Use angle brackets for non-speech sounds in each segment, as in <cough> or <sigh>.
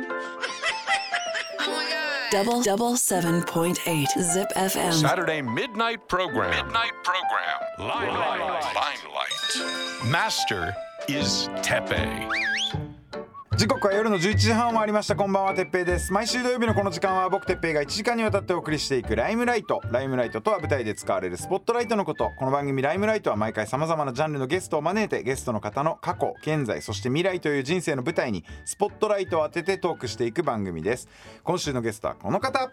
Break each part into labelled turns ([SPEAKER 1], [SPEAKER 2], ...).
[SPEAKER 1] Oh
[SPEAKER 2] Double double seven point eight zip FM.
[SPEAKER 3] Saturday midnight program. Midnight program. Limelight. Limelight. Master is Tepe.
[SPEAKER 4] 時刻は夜の11時半を回りましたこんばんはてっぺいです毎週土曜日のこの時間は僕てっぺいが1時間にわたってお送りしていくライムライトライムライトとは舞台で使われるスポットライトのことこの番組ライムライトは毎回様々なジャンルのゲストを招いてゲストの方の過去現在そして未来という人生の舞台にスポットライトを当ててトークしていく番組です今週のゲストはこの方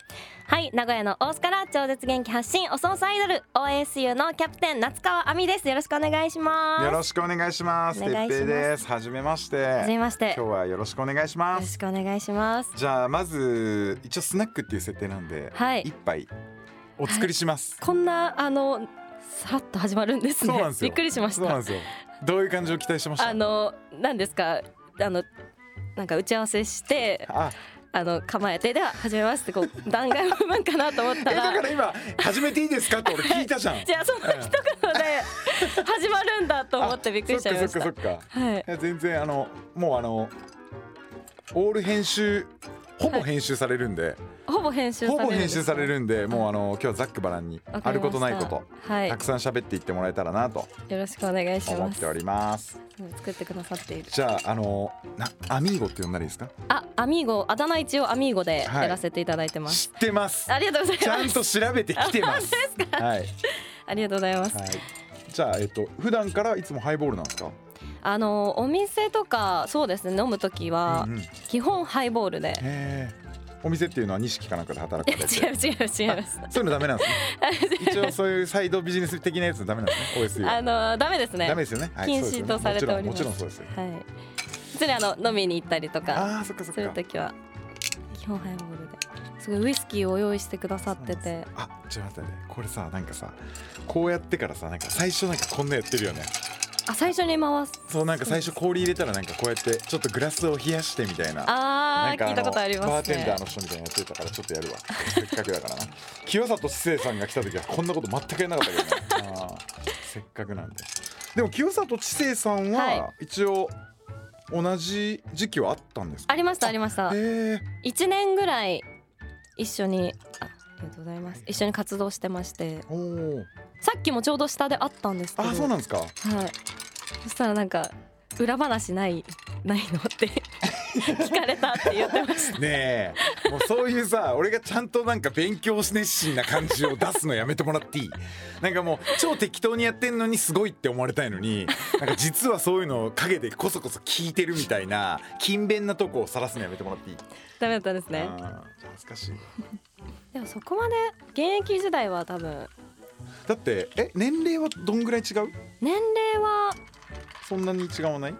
[SPEAKER 5] はい、名古屋の大須から超絶元気発信おソースアイドル OSU のキャプテン夏川亜美です。よろしくお願いします。
[SPEAKER 4] よろしくお願いしますて
[SPEAKER 5] お
[SPEAKER 4] っ
[SPEAKER 5] 願いします
[SPEAKER 4] ぺいですはじめましては
[SPEAKER 5] はじめまして
[SPEAKER 4] 今日はよろしくお願いしま
[SPEAKER 5] よろ
[SPEAKER 4] す
[SPEAKER 5] しくお願いします。
[SPEAKER 4] じゃあまず一応スナックっていう設定なんで、
[SPEAKER 5] はい
[SPEAKER 4] 一杯お作りします、
[SPEAKER 5] こんなあのさらっと始まるんですね。
[SPEAKER 4] そうなんですよ
[SPEAKER 5] びっくりしまし
[SPEAKER 4] そうな
[SPEAKER 5] た
[SPEAKER 4] んで。すよどういう感じを期待してました
[SPEAKER 5] あの何ですかあのなんか打ち合わせして
[SPEAKER 4] あ
[SPEAKER 5] あの構えてでは始めますってこう弾丸部分かなと思っ
[SPEAKER 4] え
[SPEAKER 5] た。
[SPEAKER 4] だからら今始めていいですかって俺聞いたじゃん
[SPEAKER 5] <laughs> じゃあその一言で始まるんだと思ってびっくりしちゃいました
[SPEAKER 4] あそっ。かそっかそっか
[SPEAKER 5] はい
[SPEAKER 4] い。や全然あのもうあのオール編集ほぼ編集されるんで、
[SPEAKER 5] ほぼ編集され
[SPEAKER 4] ほ
[SPEAKER 5] る。
[SPEAKER 4] ぼ編集され。るんでもうあの今日はざっくばらんに
[SPEAKER 5] わ
[SPEAKER 4] あ
[SPEAKER 5] かり
[SPEAKER 4] る
[SPEAKER 5] ました
[SPEAKER 4] ことないこと、
[SPEAKER 5] はい
[SPEAKER 4] たくさん喋っていってもらえたらなと
[SPEAKER 5] よろしくお願いし
[SPEAKER 4] 思
[SPEAKER 5] ま
[SPEAKER 4] っ
[SPEAKER 5] す
[SPEAKER 4] てお。ります
[SPEAKER 5] 作ってくださっている。
[SPEAKER 4] じゃああのなアミーゴって呼んだらいいですか
[SPEAKER 5] あ、アミーゴ、あだ名一応アミーゴで
[SPEAKER 4] はい
[SPEAKER 5] やらせていただいてます。
[SPEAKER 4] 知ってます
[SPEAKER 5] ありがとうございます。
[SPEAKER 4] ちゃんと調べてきて
[SPEAKER 5] <laughs>
[SPEAKER 4] ますはい、はい、
[SPEAKER 5] ありがとうございます。
[SPEAKER 4] じゃあえっと普段からいつもハイボールなんですか
[SPEAKER 5] あのお店とかそうですね飲むときは
[SPEAKER 4] うんうん
[SPEAKER 5] 基本ハイボールで。
[SPEAKER 4] へえお店っていうのは錦かなんかで働かれ
[SPEAKER 5] <laughs>
[SPEAKER 4] て
[SPEAKER 5] 違う違う違います。
[SPEAKER 4] そういうのダメなんですね一応そういうサイドビジネス的なやつダメなんですね OSU
[SPEAKER 5] <laughs> あのダメですね。
[SPEAKER 4] ダメですよね、はい
[SPEAKER 5] 禁
[SPEAKER 4] そうですよ
[SPEAKER 5] 止
[SPEAKER 4] ね
[SPEAKER 5] とされております。
[SPEAKER 4] もちろんもちろんそうですよ
[SPEAKER 5] はい。普通にあの飲みに行ったりとか
[SPEAKER 4] ああーそっかそっ
[SPEAKER 5] する
[SPEAKER 4] か
[SPEAKER 5] ときは基本ハイボールで。すごいウイスキーを用意してくださってて。
[SPEAKER 4] あちょっと待ってねこれさなんかさこうやってからさなんか最初なんかこんなやってるよね
[SPEAKER 5] あ最初に回す。
[SPEAKER 4] そうなんか最初氷入れたらなんかこうやってちょっとグラスを冷やしてみたいな
[SPEAKER 5] あ
[SPEAKER 4] なん
[SPEAKER 5] あ
[SPEAKER 4] か
[SPEAKER 5] 聞いたことありますね。
[SPEAKER 4] バーテンダーの人みたいなのやってたからちょっとやるわせっかくだからな清里志生さんが来た時はこんなこと全くやらなかったけどねあーせっかくなんででも清里知生さん
[SPEAKER 5] は
[SPEAKER 4] は一応同じ時期はあったんですか
[SPEAKER 5] ありましたありました
[SPEAKER 4] へ。え
[SPEAKER 5] 1年ぐらい一緒にあありがとうございます一緒に活動してまして
[SPEAKER 4] おお
[SPEAKER 5] さっきもちょうど下で会ったんですけど
[SPEAKER 4] あそうなんですか
[SPEAKER 5] はい、そしたらなんか「裏話ないないの?」って <laughs> 聞かれたって言ってま
[SPEAKER 4] <laughs>
[SPEAKER 5] し
[SPEAKER 4] ねえもうそういうさ俺がちゃんとなんか勉強熱心な感じを出すのやめてもらっていいなんかもう超適当にやってんのにすごいって思われたいのになんか実はそういうのを陰でこそこそ聞いてるみたいな勤勉なとこを晒すのやめてもらっていい
[SPEAKER 5] ダメだったんです
[SPEAKER 4] あ
[SPEAKER 5] ね
[SPEAKER 4] ー恥ずかしい
[SPEAKER 5] でもそこまで現役時代は多分
[SPEAKER 4] だってえ年齢はどんぐらい違う
[SPEAKER 5] 年齢は
[SPEAKER 4] そんなに違わない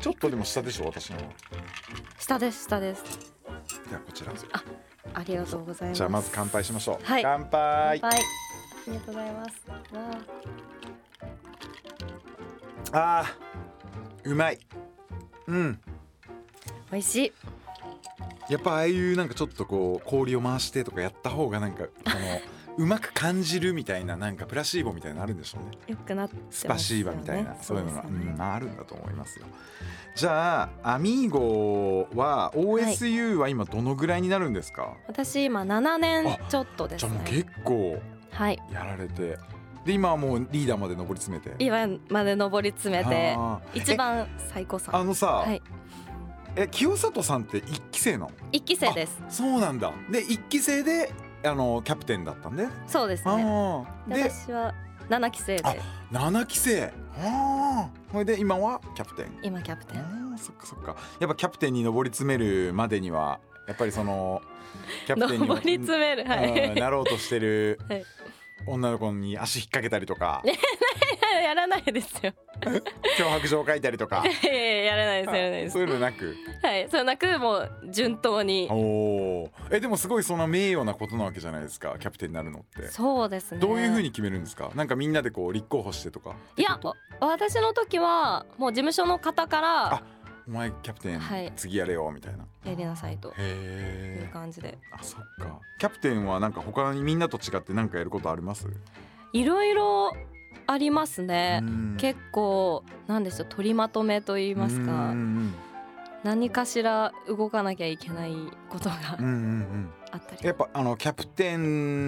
[SPEAKER 4] ちょっとでも下でしょ私のはい
[SPEAKER 5] 下です下です
[SPEAKER 4] ではこちら
[SPEAKER 5] ありがとうございます
[SPEAKER 4] じゃあまず乾杯しましょう、
[SPEAKER 5] はい
[SPEAKER 4] 乾杯
[SPEAKER 5] はいありがとうございますわあ
[SPEAKER 4] あーうまいうん
[SPEAKER 5] 美味しい
[SPEAKER 4] やっぱああいうなんかちょっとこう氷を回してとかやった方がなんかあのうまく感じるみたいななんかプラシーボみたいなのあるんでしょ
[SPEAKER 5] <laughs>
[SPEAKER 4] うね
[SPEAKER 5] よくなってます
[SPEAKER 4] スパシーバみたいな、
[SPEAKER 5] よね
[SPEAKER 4] そういうのが
[SPEAKER 5] で
[SPEAKER 4] う、
[SPEAKER 5] すよね
[SPEAKER 4] ん、あるんだと思いますよじゃあアミーゴは OSU は今どのぐらいになるんですか、
[SPEAKER 5] 私今7年ちょっとで
[SPEAKER 4] じ
[SPEAKER 5] す
[SPEAKER 4] ゃあもう
[SPEAKER 5] ね
[SPEAKER 4] 結構
[SPEAKER 5] はい
[SPEAKER 4] やられてで今はもうリーダーまで上り詰めて
[SPEAKER 5] 今まで上り詰めて
[SPEAKER 4] あー
[SPEAKER 5] 一番最高さ
[SPEAKER 4] あ
[SPEAKER 5] ん
[SPEAKER 4] のさ、
[SPEAKER 5] はい
[SPEAKER 4] え清里さんって一期生なの
[SPEAKER 5] 一期生です
[SPEAKER 4] そうなんだで一期生であのキャプテンだったんで、
[SPEAKER 5] そうですね
[SPEAKER 4] ああ
[SPEAKER 5] で私は七期生で
[SPEAKER 4] あ七期生ああそれで今はキャプテン
[SPEAKER 5] 今キャプテン
[SPEAKER 4] あーそっかそっかやっぱキャプテンに上り詰めるまでにはやっぱりそのキャプテンに
[SPEAKER 5] 上り詰めるは
[SPEAKER 4] うん
[SPEAKER 5] い
[SPEAKER 4] なろうとしてる
[SPEAKER 5] はい
[SPEAKER 4] 女の子に足引っ掛けたりとか
[SPEAKER 5] <laughs> やらないですよ
[SPEAKER 4] 脅迫状書いた
[SPEAKER 5] <laughs>
[SPEAKER 4] りとか
[SPEAKER 5] いやいややらないですやらないです
[SPEAKER 4] そういうのなく
[SPEAKER 5] はいそれなくもう順当に
[SPEAKER 4] おおえでもすごいその名誉なことなわけじゃないですかキャプテンになるのって
[SPEAKER 5] そうですね
[SPEAKER 4] どういうふうに決めるんですかなんかみんなでこう立候補してとか
[SPEAKER 5] いや私の時はもう事務所の方か
[SPEAKER 4] あ
[SPEAKER 5] ら
[SPEAKER 4] お前キャプテン
[SPEAKER 5] はい
[SPEAKER 4] 次やれよみたいな、
[SPEAKER 5] やりなさいとい
[SPEAKER 4] へ
[SPEAKER 5] う
[SPEAKER 4] え
[SPEAKER 5] 感じで
[SPEAKER 4] あそっかキャプテンはなんか他にみんなと違ってなんかやることあります
[SPEAKER 5] いろいろありますね
[SPEAKER 4] うん
[SPEAKER 5] 結構なんでしょう取りまとめと言います
[SPEAKER 4] うんう
[SPEAKER 5] か
[SPEAKER 4] んうん
[SPEAKER 5] 何かしら動かなきゃいけないことが
[SPEAKER 4] うんうんうん
[SPEAKER 5] あったり、
[SPEAKER 4] やっぱあのキャプテ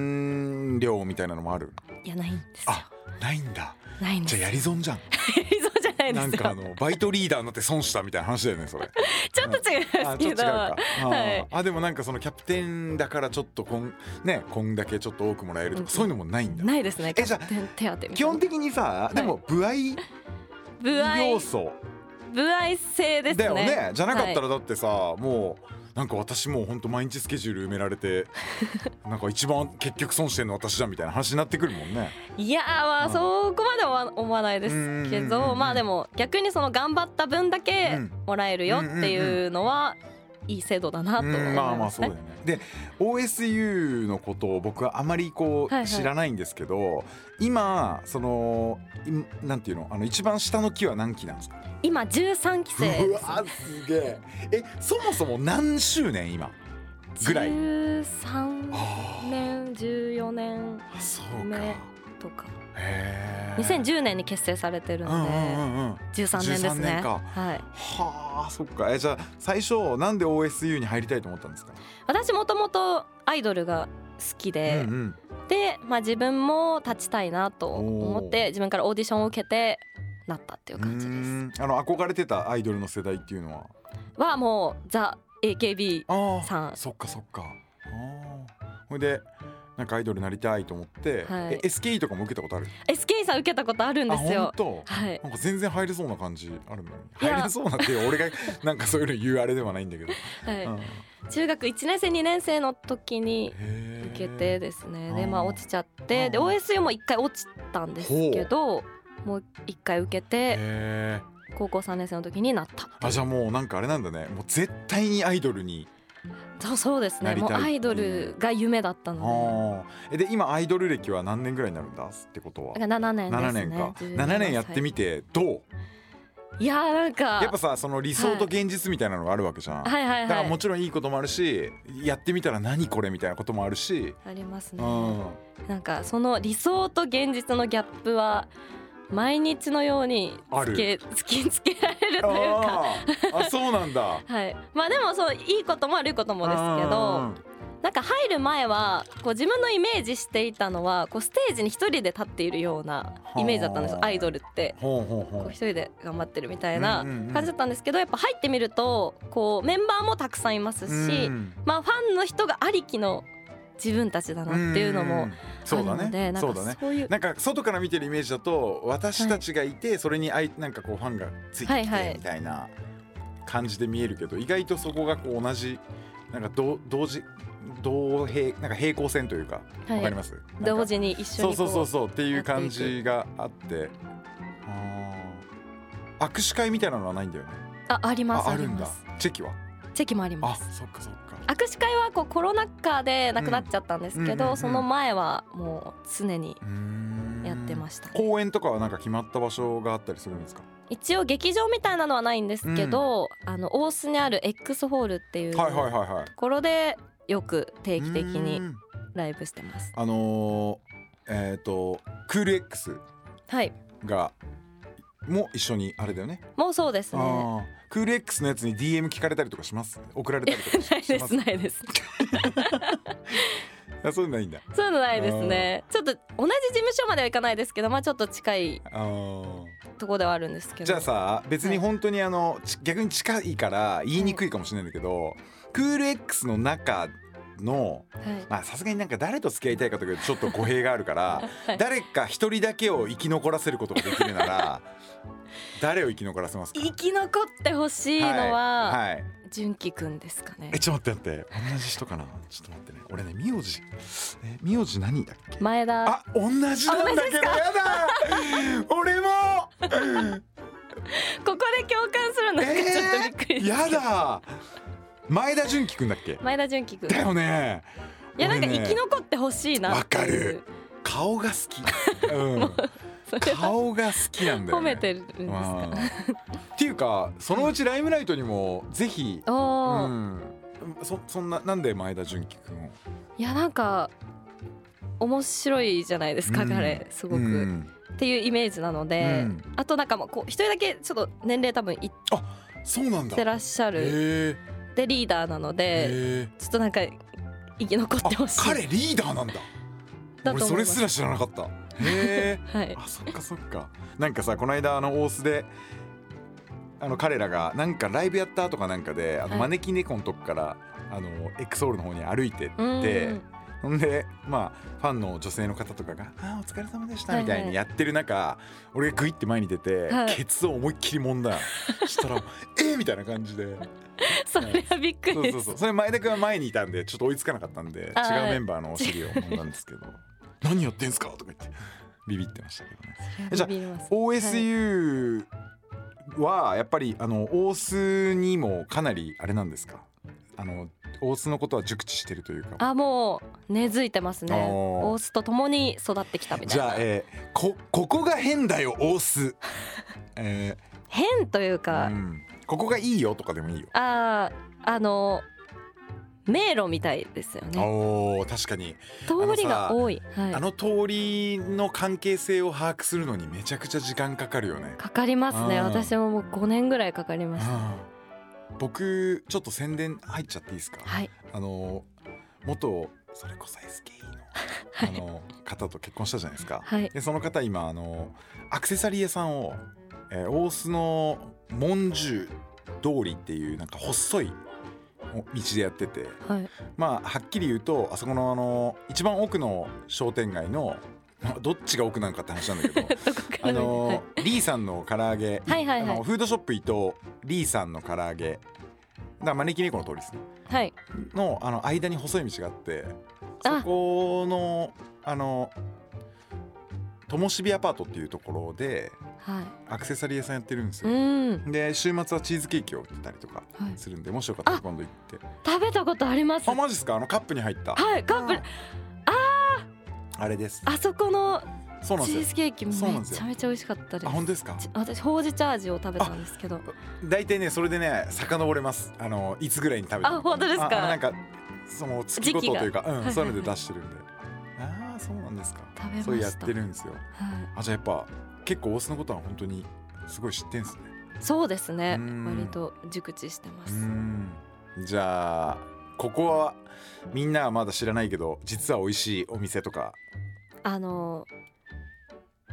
[SPEAKER 4] ン寮みたいなのもある
[SPEAKER 5] いやないんですよ
[SPEAKER 4] あないん
[SPEAKER 5] <laughs>
[SPEAKER 4] だ
[SPEAKER 5] ないんです
[SPEAKER 4] じゃあ
[SPEAKER 5] よ
[SPEAKER 4] やり損じゃん
[SPEAKER 5] <laughs> そうじゃないで
[SPEAKER 4] なん
[SPEAKER 5] す
[SPEAKER 4] かあ
[SPEAKER 5] よ
[SPEAKER 4] のバイトリーダーになって損したみたいな話だよねそれ
[SPEAKER 5] <laughs> ちょっと違いま
[SPEAKER 4] あ
[SPEAKER 5] す
[SPEAKER 4] ちょ
[SPEAKER 5] け
[SPEAKER 4] っと
[SPEAKER 5] ど
[SPEAKER 4] 違うかあ,、
[SPEAKER 5] はい
[SPEAKER 4] あでもなんかそのキャプテンだからちょっとこんねこんだけちょっと多くもらえると
[SPEAKER 5] うん
[SPEAKER 4] かそういうのもないんだ
[SPEAKER 5] ないですね
[SPEAKER 4] えじゃあ
[SPEAKER 5] 手当てみ
[SPEAKER 4] 基
[SPEAKER 5] たいな
[SPEAKER 4] 本的にさでも部合
[SPEAKER 5] 部合
[SPEAKER 4] 要素
[SPEAKER 5] 部合制ですね
[SPEAKER 4] だよねじゃなかった
[SPEAKER 5] はい
[SPEAKER 4] らだってさ、もうなんか私もうほんと毎日スケジュール埋めら
[SPEAKER 5] <laughs>
[SPEAKER 4] れてなんか一番結局損してんの私だみたいな話になってくるもんね。
[SPEAKER 5] いやーまあ
[SPEAKER 4] うん
[SPEAKER 5] そこまでは思わないですけ
[SPEAKER 4] うんうんうん
[SPEAKER 5] ど
[SPEAKER 4] うん
[SPEAKER 5] まあでも逆にその頑張った分だけ
[SPEAKER 4] うん
[SPEAKER 5] もらえるよっていうのはいい制度だなと思い
[SPEAKER 4] うんまあま
[SPEAKER 5] ま
[SPEAKER 4] あ
[SPEAKER 5] す
[SPEAKER 4] そうだ
[SPEAKER 5] ね <laughs>
[SPEAKER 4] よね。で OSU のことを僕はあまりこ
[SPEAKER 5] はいは
[SPEAKER 4] う
[SPEAKER 5] い
[SPEAKER 4] 知らないんですけど、今そのいなんていうのあの一番下の木は何期なんですか
[SPEAKER 5] 今13期生
[SPEAKER 4] う
[SPEAKER 5] です
[SPEAKER 4] わすげええそもそも何周年今ぐらい
[SPEAKER 5] 13
[SPEAKER 4] あ
[SPEAKER 5] 年14年
[SPEAKER 4] あそうか
[SPEAKER 5] 目
[SPEAKER 4] へ
[SPEAKER 5] とか
[SPEAKER 4] え
[SPEAKER 5] 2010年に結成されてる
[SPEAKER 4] うんん
[SPEAKER 5] で
[SPEAKER 4] うんうんうん
[SPEAKER 5] 13年です
[SPEAKER 4] 13
[SPEAKER 5] ね
[SPEAKER 4] 年か
[SPEAKER 5] はい
[SPEAKER 4] はあそっかえじゃあ最初なんで OSU に入りたいと思ったんですか、
[SPEAKER 5] 私もともとアイドルが好きで、
[SPEAKER 4] うんうん
[SPEAKER 5] で、まあ、自分も立ちたいなと思って自分からオーディションを受けてなったっていう感じ
[SPEAKER 4] う
[SPEAKER 5] です。
[SPEAKER 4] ーんあの憧れてたアイドルの世代っていうのは
[SPEAKER 5] はもうザ・ AKB
[SPEAKER 4] ああ
[SPEAKER 5] さん
[SPEAKER 4] そっかそっかああほいでなんかアイドルになりたいと思って、
[SPEAKER 5] はい
[SPEAKER 4] え SKE とかも受けたことある
[SPEAKER 5] SK さん受けたことあるん
[SPEAKER 4] あ
[SPEAKER 5] です
[SPEAKER 4] 本
[SPEAKER 5] よ。
[SPEAKER 4] 当
[SPEAKER 5] はい、
[SPEAKER 4] なんか全然入れそうな感じあるのに
[SPEAKER 5] いや
[SPEAKER 4] 入れそうなっていう
[SPEAKER 5] <laughs>
[SPEAKER 4] 俺がなんかそういうの言うあれではないんだけど、
[SPEAKER 5] はい
[SPEAKER 4] うん
[SPEAKER 5] 中学1年生2年生の時に
[SPEAKER 4] へー
[SPEAKER 5] 受けてですねで
[SPEAKER 4] うん
[SPEAKER 5] まあ落ちちゃってで
[SPEAKER 4] うん
[SPEAKER 5] OSU も1回落ちたんですけどもう1回受けて
[SPEAKER 4] へ
[SPEAKER 5] 高校3年生の時になったって
[SPEAKER 4] ー
[SPEAKER 5] い
[SPEAKER 4] あ
[SPEAKER 5] う
[SPEAKER 4] じゃあもうなんかあれなんだねもう絶対にアイドルに
[SPEAKER 5] そうそうです
[SPEAKER 4] な
[SPEAKER 5] ね
[SPEAKER 4] り
[SPEAKER 5] も
[SPEAKER 4] たいう
[SPEAKER 5] アイドルが夢だったの
[SPEAKER 4] あーえで今アイドル歴は何年ぐらいになるんだってことは
[SPEAKER 5] でだから7年ですね
[SPEAKER 4] 7年か
[SPEAKER 5] 17
[SPEAKER 4] 7年やってみてどう
[SPEAKER 5] 歳いやーなんか
[SPEAKER 4] やっぱさその理想と現実みたいなのがあるわけじゃん、
[SPEAKER 5] はいはい
[SPEAKER 4] だか
[SPEAKER 5] は
[SPEAKER 4] らも
[SPEAKER 5] い
[SPEAKER 4] ちろんいいこともあるしやってみたら何これみたいなこともあるし、
[SPEAKER 5] あります
[SPEAKER 4] う
[SPEAKER 5] ね
[SPEAKER 4] ん、
[SPEAKER 5] なんかその理想と現実のギャップは毎日のように
[SPEAKER 4] あ
[SPEAKER 5] つ
[SPEAKER 4] る
[SPEAKER 5] けつき <laughs> つけられるというか
[SPEAKER 4] あーあそうなんだ
[SPEAKER 5] はいまあでもそういいことも悪いこともですけ
[SPEAKER 4] う
[SPEAKER 5] ど
[SPEAKER 4] ん
[SPEAKER 5] なんか入る前はこう自分のイメージしていたのはこうステージに一人で立っているようなイメージだったんですよ
[SPEAKER 4] はあ
[SPEAKER 5] アイドルって。
[SPEAKER 4] ほうほう
[SPEAKER 5] こ
[SPEAKER 4] ほ
[SPEAKER 5] う
[SPEAKER 4] う
[SPEAKER 5] 一人で頑張ってるみたいな
[SPEAKER 4] うんうんうん
[SPEAKER 5] 感じだったんですけどやっぱ入ってみるとこうメンバーもたくさんいますし、
[SPEAKER 4] うん
[SPEAKER 5] まあ、ファンの人がありきの自分たちだなっていうのもあ
[SPEAKER 4] ん
[SPEAKER 5] る
[SPEAKER 4] そうだ
[SPEAKER 5] ので
[SPEAKER 4] ね
[SPEAKER 5] なん
[SPEAKER 4] そう
[SPEAKER 5] か
[SPEAKER 4] だね
[SPEAKER 5] そういう
[SPEAKER 4] なんか外から見てるイメージだと私たちがいてそれにあいなんかこうファンがついてき
[SPEAKER 5] はいは
[SPEAKER 4] て
[SPEAKER 5] い
[SPEAKER 4] みたいな感じで見えるけど意外とそこがこう同じなんか同同時同平なんか平行線というか
[SPEAKER 5] はい
[SPEAKER 4] わかります
[SPEAKER 5] 同
[SPEAKER 4] に
[SPEAKER 5] 時に一緒
[SPEAKER 4] そう
[SPEAKER 5] にこ
[SPEAKER 4] そううそうそうっていう感じがあってあー握手会みたいなのはないんだよね
[SPEAKER 5] ああります
[SPEAKER 4] あ
[SPEAKER 5] あ
[SPEAKER 4] あ
[SPEAKER 5] り
[SPEAKER 4] るん
[SPEAKER 5] ま
[SPEAKER 4] だ
[SPEAKER 5] す
[SPEAKER 4] チェキは
[SPEAKER 5] チェキもありま
[SPEAKER 4] あ
[SPEAKER 5] す
[SPEAKER 4] そっかそっか
[SPEAKER 5] 握手会はこうコロナ禍でなくなっちゃったんですけ
[SPEAKER 4] うんうんうんう
[SPEAKER 5] ど
[SPEAKER 4] ん
[SPEAKER 5] その前はもう常に
[SPEAKER 4] うーん
[SPEAKER 5] やってましたね
[SPEAKER 4] 公園とかはなんか決まった場所があったりするんですか
[SPEAKER 5] 一応劇場みたいなのはないんですけどあの大須にある X ホールっていうと
[SPEAKER 4] はいはいはいはい
[SPEAKER 5] ころでよく定期的に
[SPEAKER 4] うーん
[SPEAKER 5] ライブしてます
[SPEAKER 4] あのー、えっ、とクール X
[SPEAKER 5] はい
[SPEAKER 4] がも一緒にあれだよね
[SPEAKER 5] もうそうです
[SPEAKER 4] あ
[SPEAKER 5] ね
[SPEAKER 4] ークール X のやつに DM 聞かれたりとかします送られたりとかし
[SPEAKER 5] ないで
[SPEAKER 4] ますす
[SPEAKER 5] ないです
[SPEAKER 4] あそういうのないんだ
[SPEAKER 5] そういうのないですねちょっと同じ事務所まではいかないですけどまあちょっと近い
[SPEAKER 4] あー
[SPEAKER 5] ところではあるんですけど
[SPEAKER 4] じゃあさ別に本当にあの、ち逆に近いから言いにくいかもしれないんだけど、クール X の中の
[SPEAKER 5] はい
[SPEAKER 4] まあさすがになんか誰と付き合いたいかというとちょっと語弊がある <laughs> から、誰か一人だけを生き残らせることができるなら誰を生き残らせますか
[SPEAKER 5] 生き残ってほしいのは
[SPEAKER 4] はいはい、
[SPEAKER 5] 純喜くんですかね
[SPEAKER 4] えちょっと待って待って同じ人かなちょっと待ってね俺ね名字え名字何だっけ
[SPEAKER 5] 前田
[SPEAKER 4] あ同じなんだけどやだ俺
[SPEAKER 5] <laughs>
[SPEAKER 4] も
[SPEAKER 5] ここで共感するのが
[SPEAKER 4] え
[SPEAKER 5] ちょっとびっくりで
[SPEAKER 4] ー、
[SPEAKER 5] す
[SPEAKER 4] やだ前田純喜くんだっけ
[SPEAKER 5] 前田純喜くん
[SPEAKER 4] だよね
[SPEAKER 5] いやなんか
[SPEAKER 4] 俺ね
[SPEAKER 5] 生き残ってほしいなっていう
[SPEAKER 4] わ顔が好
[SPEAKER 5] <laughs>
[SPEAKER 4] き、うん、
[SPEAKER 5] それは
[SPEAKER 4] 顔が好きなんだよ
[SPEAKER 5] 褒
[SPEAKER 4] ね
[SPEAKER 5] めてるんです
[SPEAKER 4] うん
[SPEAKER 5] か
[SPEAKER 4] っていうかそのうちライムライトにもぜひ、
[SPEAKER 5] お
[SPEAKER 4] う
[SPEAKER 5] おー、
[SPEAKER 4] ん、そそんななんで前田純喜くんを
[SPEAKER 5] いやなんか面白いじゃないですか、
[SPEAKER 4] うん
[SPEAKER 5] 彼すご
[SPEAKER 4] う
[SPEAKER 5] く、
[SPEAKER 4] ん
[SPEAKER 5] っていうイメージなので、
[SPEAKER 4] うん
[SPEAKER 5] あとなんかもうこう一人だけちょっと年齢多分い
[SPEAKER 6] そうなんだ
[SPEAKER 5] て
[SPEAKER 6] へ
[SPEAKER 5] らっしゃる
[SPEAKER 6] え
[SPEAKER 5] でリーダーなので
[SPEAKER 6] へえ
[SPEAKER 5] ちょっとなんか生き残っ
[SPEAKER 6] あ
[SPEAKER 5] てほしい
[SPEAKER 6] 彼リーダーなんだ
[SPEAKER 5] だ
[SPEAKER 6] 俺
[SPEAKER 5] と思
[SPEAKER 6] そ
[SPEAKER 5] いま
[SPEAKER 6] れ
[SPEAKER 5] す
[SPEAKER 6] すら知らなかったへえ
[SPEAKER 5] <laughs> はい
[SPEAKER 4] あそっかそっかなんかさこの間あの大須であの彼らがなんかライブやったとかなんかであの
[SPEAKER 5] はい
[SPEAKER 4] 招き猫のとこからあのエクソールの方に歩いてっ
[SPEAKER 5] うん
[SPEAKER 4] てほんでまあファンの女性の方とかが「あーお疲れ様でした」みたいにやってる中、俺がグイって前に出て、
[SPEAKER 5] はい
[SPEAKER 4] ケツを思いっきり揉んだし
[SPEAKER 5] <laughs>
[SPEAKER 4] たら「えーみたいな感じで
[SPEAKER 5] それはびっくり
[SPEAKER 4] そう
[SPEAKER 5] です
[SPEAKER 4] そうそうそれ前田君は前にいたんでちょっと追いつかなかったんで違う
[SPEAKER 5] あー
[SPEAKER 4] メンバーのお尻を揉んだ
[SPEAKER 5] <laughs>
[SPEAKER 4] んですけど「何やってんすか?」とか言ってビビってましたけどね。じゃあ
[SPEAKER 5] ビビります
[SPEAKER 4] OSU はやっぱりあの大須にもかなりあれなんですかあの大須のことは熟知してるというか
[SPEAKER 5] あもう根付いてますね
[SPEAKER 4] おー
[SPEAKER 5] オースと共に育ってきたみたい
[SPEAKER 4] じゃあ、
[SPEAKER 5] な
[SPEAKER 4] えーこここが変だよ大須、え
[SPEAKER 5] 変という
[SPEAKER 4] ー
[SPEAKER 5] か、
[SPEAKER 4] うん、ここがいいよとかでもいいよ、
[SPEAKER 5] あーあの迷路みたいですよね
[SPEAKER 4] おー確かに、
[SPEAKER 5] 通り
[SPEAKER 4] あのさ
[SPEAKER 5] が多い、はい、
[SPEAKER 4] あの通りの関係性を把握するのにめちゃくちゃ時間かかるよね
[SPEAKER 5] かかりますね
[SPEAKER 4] うん
[SPEAKER 5] 私ももう5年ぐらいかかりました
[SPEAKER 4] うん僕ちょっと宣伝入っちゃっていいですか
[SPEAKER 5] はい
[SPEAKER 4] あの元それこそ SKE の,、あ
[SPEAKER 5] <laughs>
[SPEAKER 4] の方と結婚したじゃないですか。
[SPEAKER 5] はい
[SPEAKER 4] でその方今あのアクセサリー屋さんを、えー大須の文殊通りっていうなんか細いお道でやってて
[SPEAKER 5] はい
[SPEAKER 4] まあはっきり言うとあそこのあの一番奥の商店街のまあどっちが奥なのかって話なん
[SPEAKER 5] <laughs>
[SPEAKER 4] だけど
[SPEAKER 5] どこか
[SPEAKER 4] あ
[SPEAKER 5] ら見てはい
[SPEAKER 4] のリーさんの唐揚げ、
[SPEAKER 5] はいはいはい
[SPEAKER 4] あのフードショップ伊藤リーさんの唐揚げだから招き猫の通りですね
[SPEAKER 5] はい
[SPEAKER 4] のあの間に細い道があって
[SPEAKER 5] あ
[SPEAKER 4] そこのあのともしびアパートっていうところで
[SPEAKER 5] はい
[SPEAKER 4] アクセサリー屋さんやってるんです
[SPEAKER 5] う
[SPEAKER 4] よ、
[SPEAKER 5] ん
[SPEAKER 4] で週末はチーズケーキを売ってたりとか
[SPEAKER 5] はい
[SPEAKER 4] するんで、もしよかったら
[SPEAKER 5] あ
[SPEAKER 4] 今度行って
[SPEAKER 5] 食べたことあります
[SPEAKER 4] あマジっすかあのカップに入った
[SPEAKER 5] はいカップル
[SPEAKER 4] あれです
[SPEAKER 5] あそこの
[SPEAKER 4] そうなん
[SPEAKER 5] チ
[SPEAKER 4] で
[SPEAKER 5] ー
[SPEAKER 4] す
[SPEAKER 5] ズケ
[SPEAKER 4] よ
[SPEAKER 5] ーキめ
[SPEAKER 4] そうなんですよ
[SPEAKER 5] ちゃめちゃ美味しかったで
[SPEAKER 4] あ
[SPEAKER 5] す
[SPEAKER 4] 本当ですか
[SPEAKER 5] ち私ほうじ茶味を食べたんですけど
[SPEAKER 4] 大体ねそれでね遡れますあのいつぐらいに食べたの
[SPEAKER 5] あ本当ですか
[SPEAKER 4] ああのなんかその月ごとというか、
[SPEAKER 5] はいうは
[SPEAKER 4] ん、
[SPEAKER 5] い
[SPEAKER 4] そういう
[SPEAKER 5] <laughs>
[SPEAKER 4] ので出してるんでああそうなんですか
[SPEAKER 5] 食べました
[SPEAKER 4] そうやってるんですよ
[SPEAKER 5] はい
[SPEAKER 4] あじゃあやっぱ結構大須のことは本当にすごい知ってんすね
[SPEAKER 5] そうですね
[SPEAKER 4] うん
[SPEAKER 5] 割と熟知してま
[SPEAKER 4] う
[SPEAKER 5] す
[SPEAKER 4] んじゃあここはみんなはまだ知らないけど実は美味しいお店とか
[SPEAKER 5] あの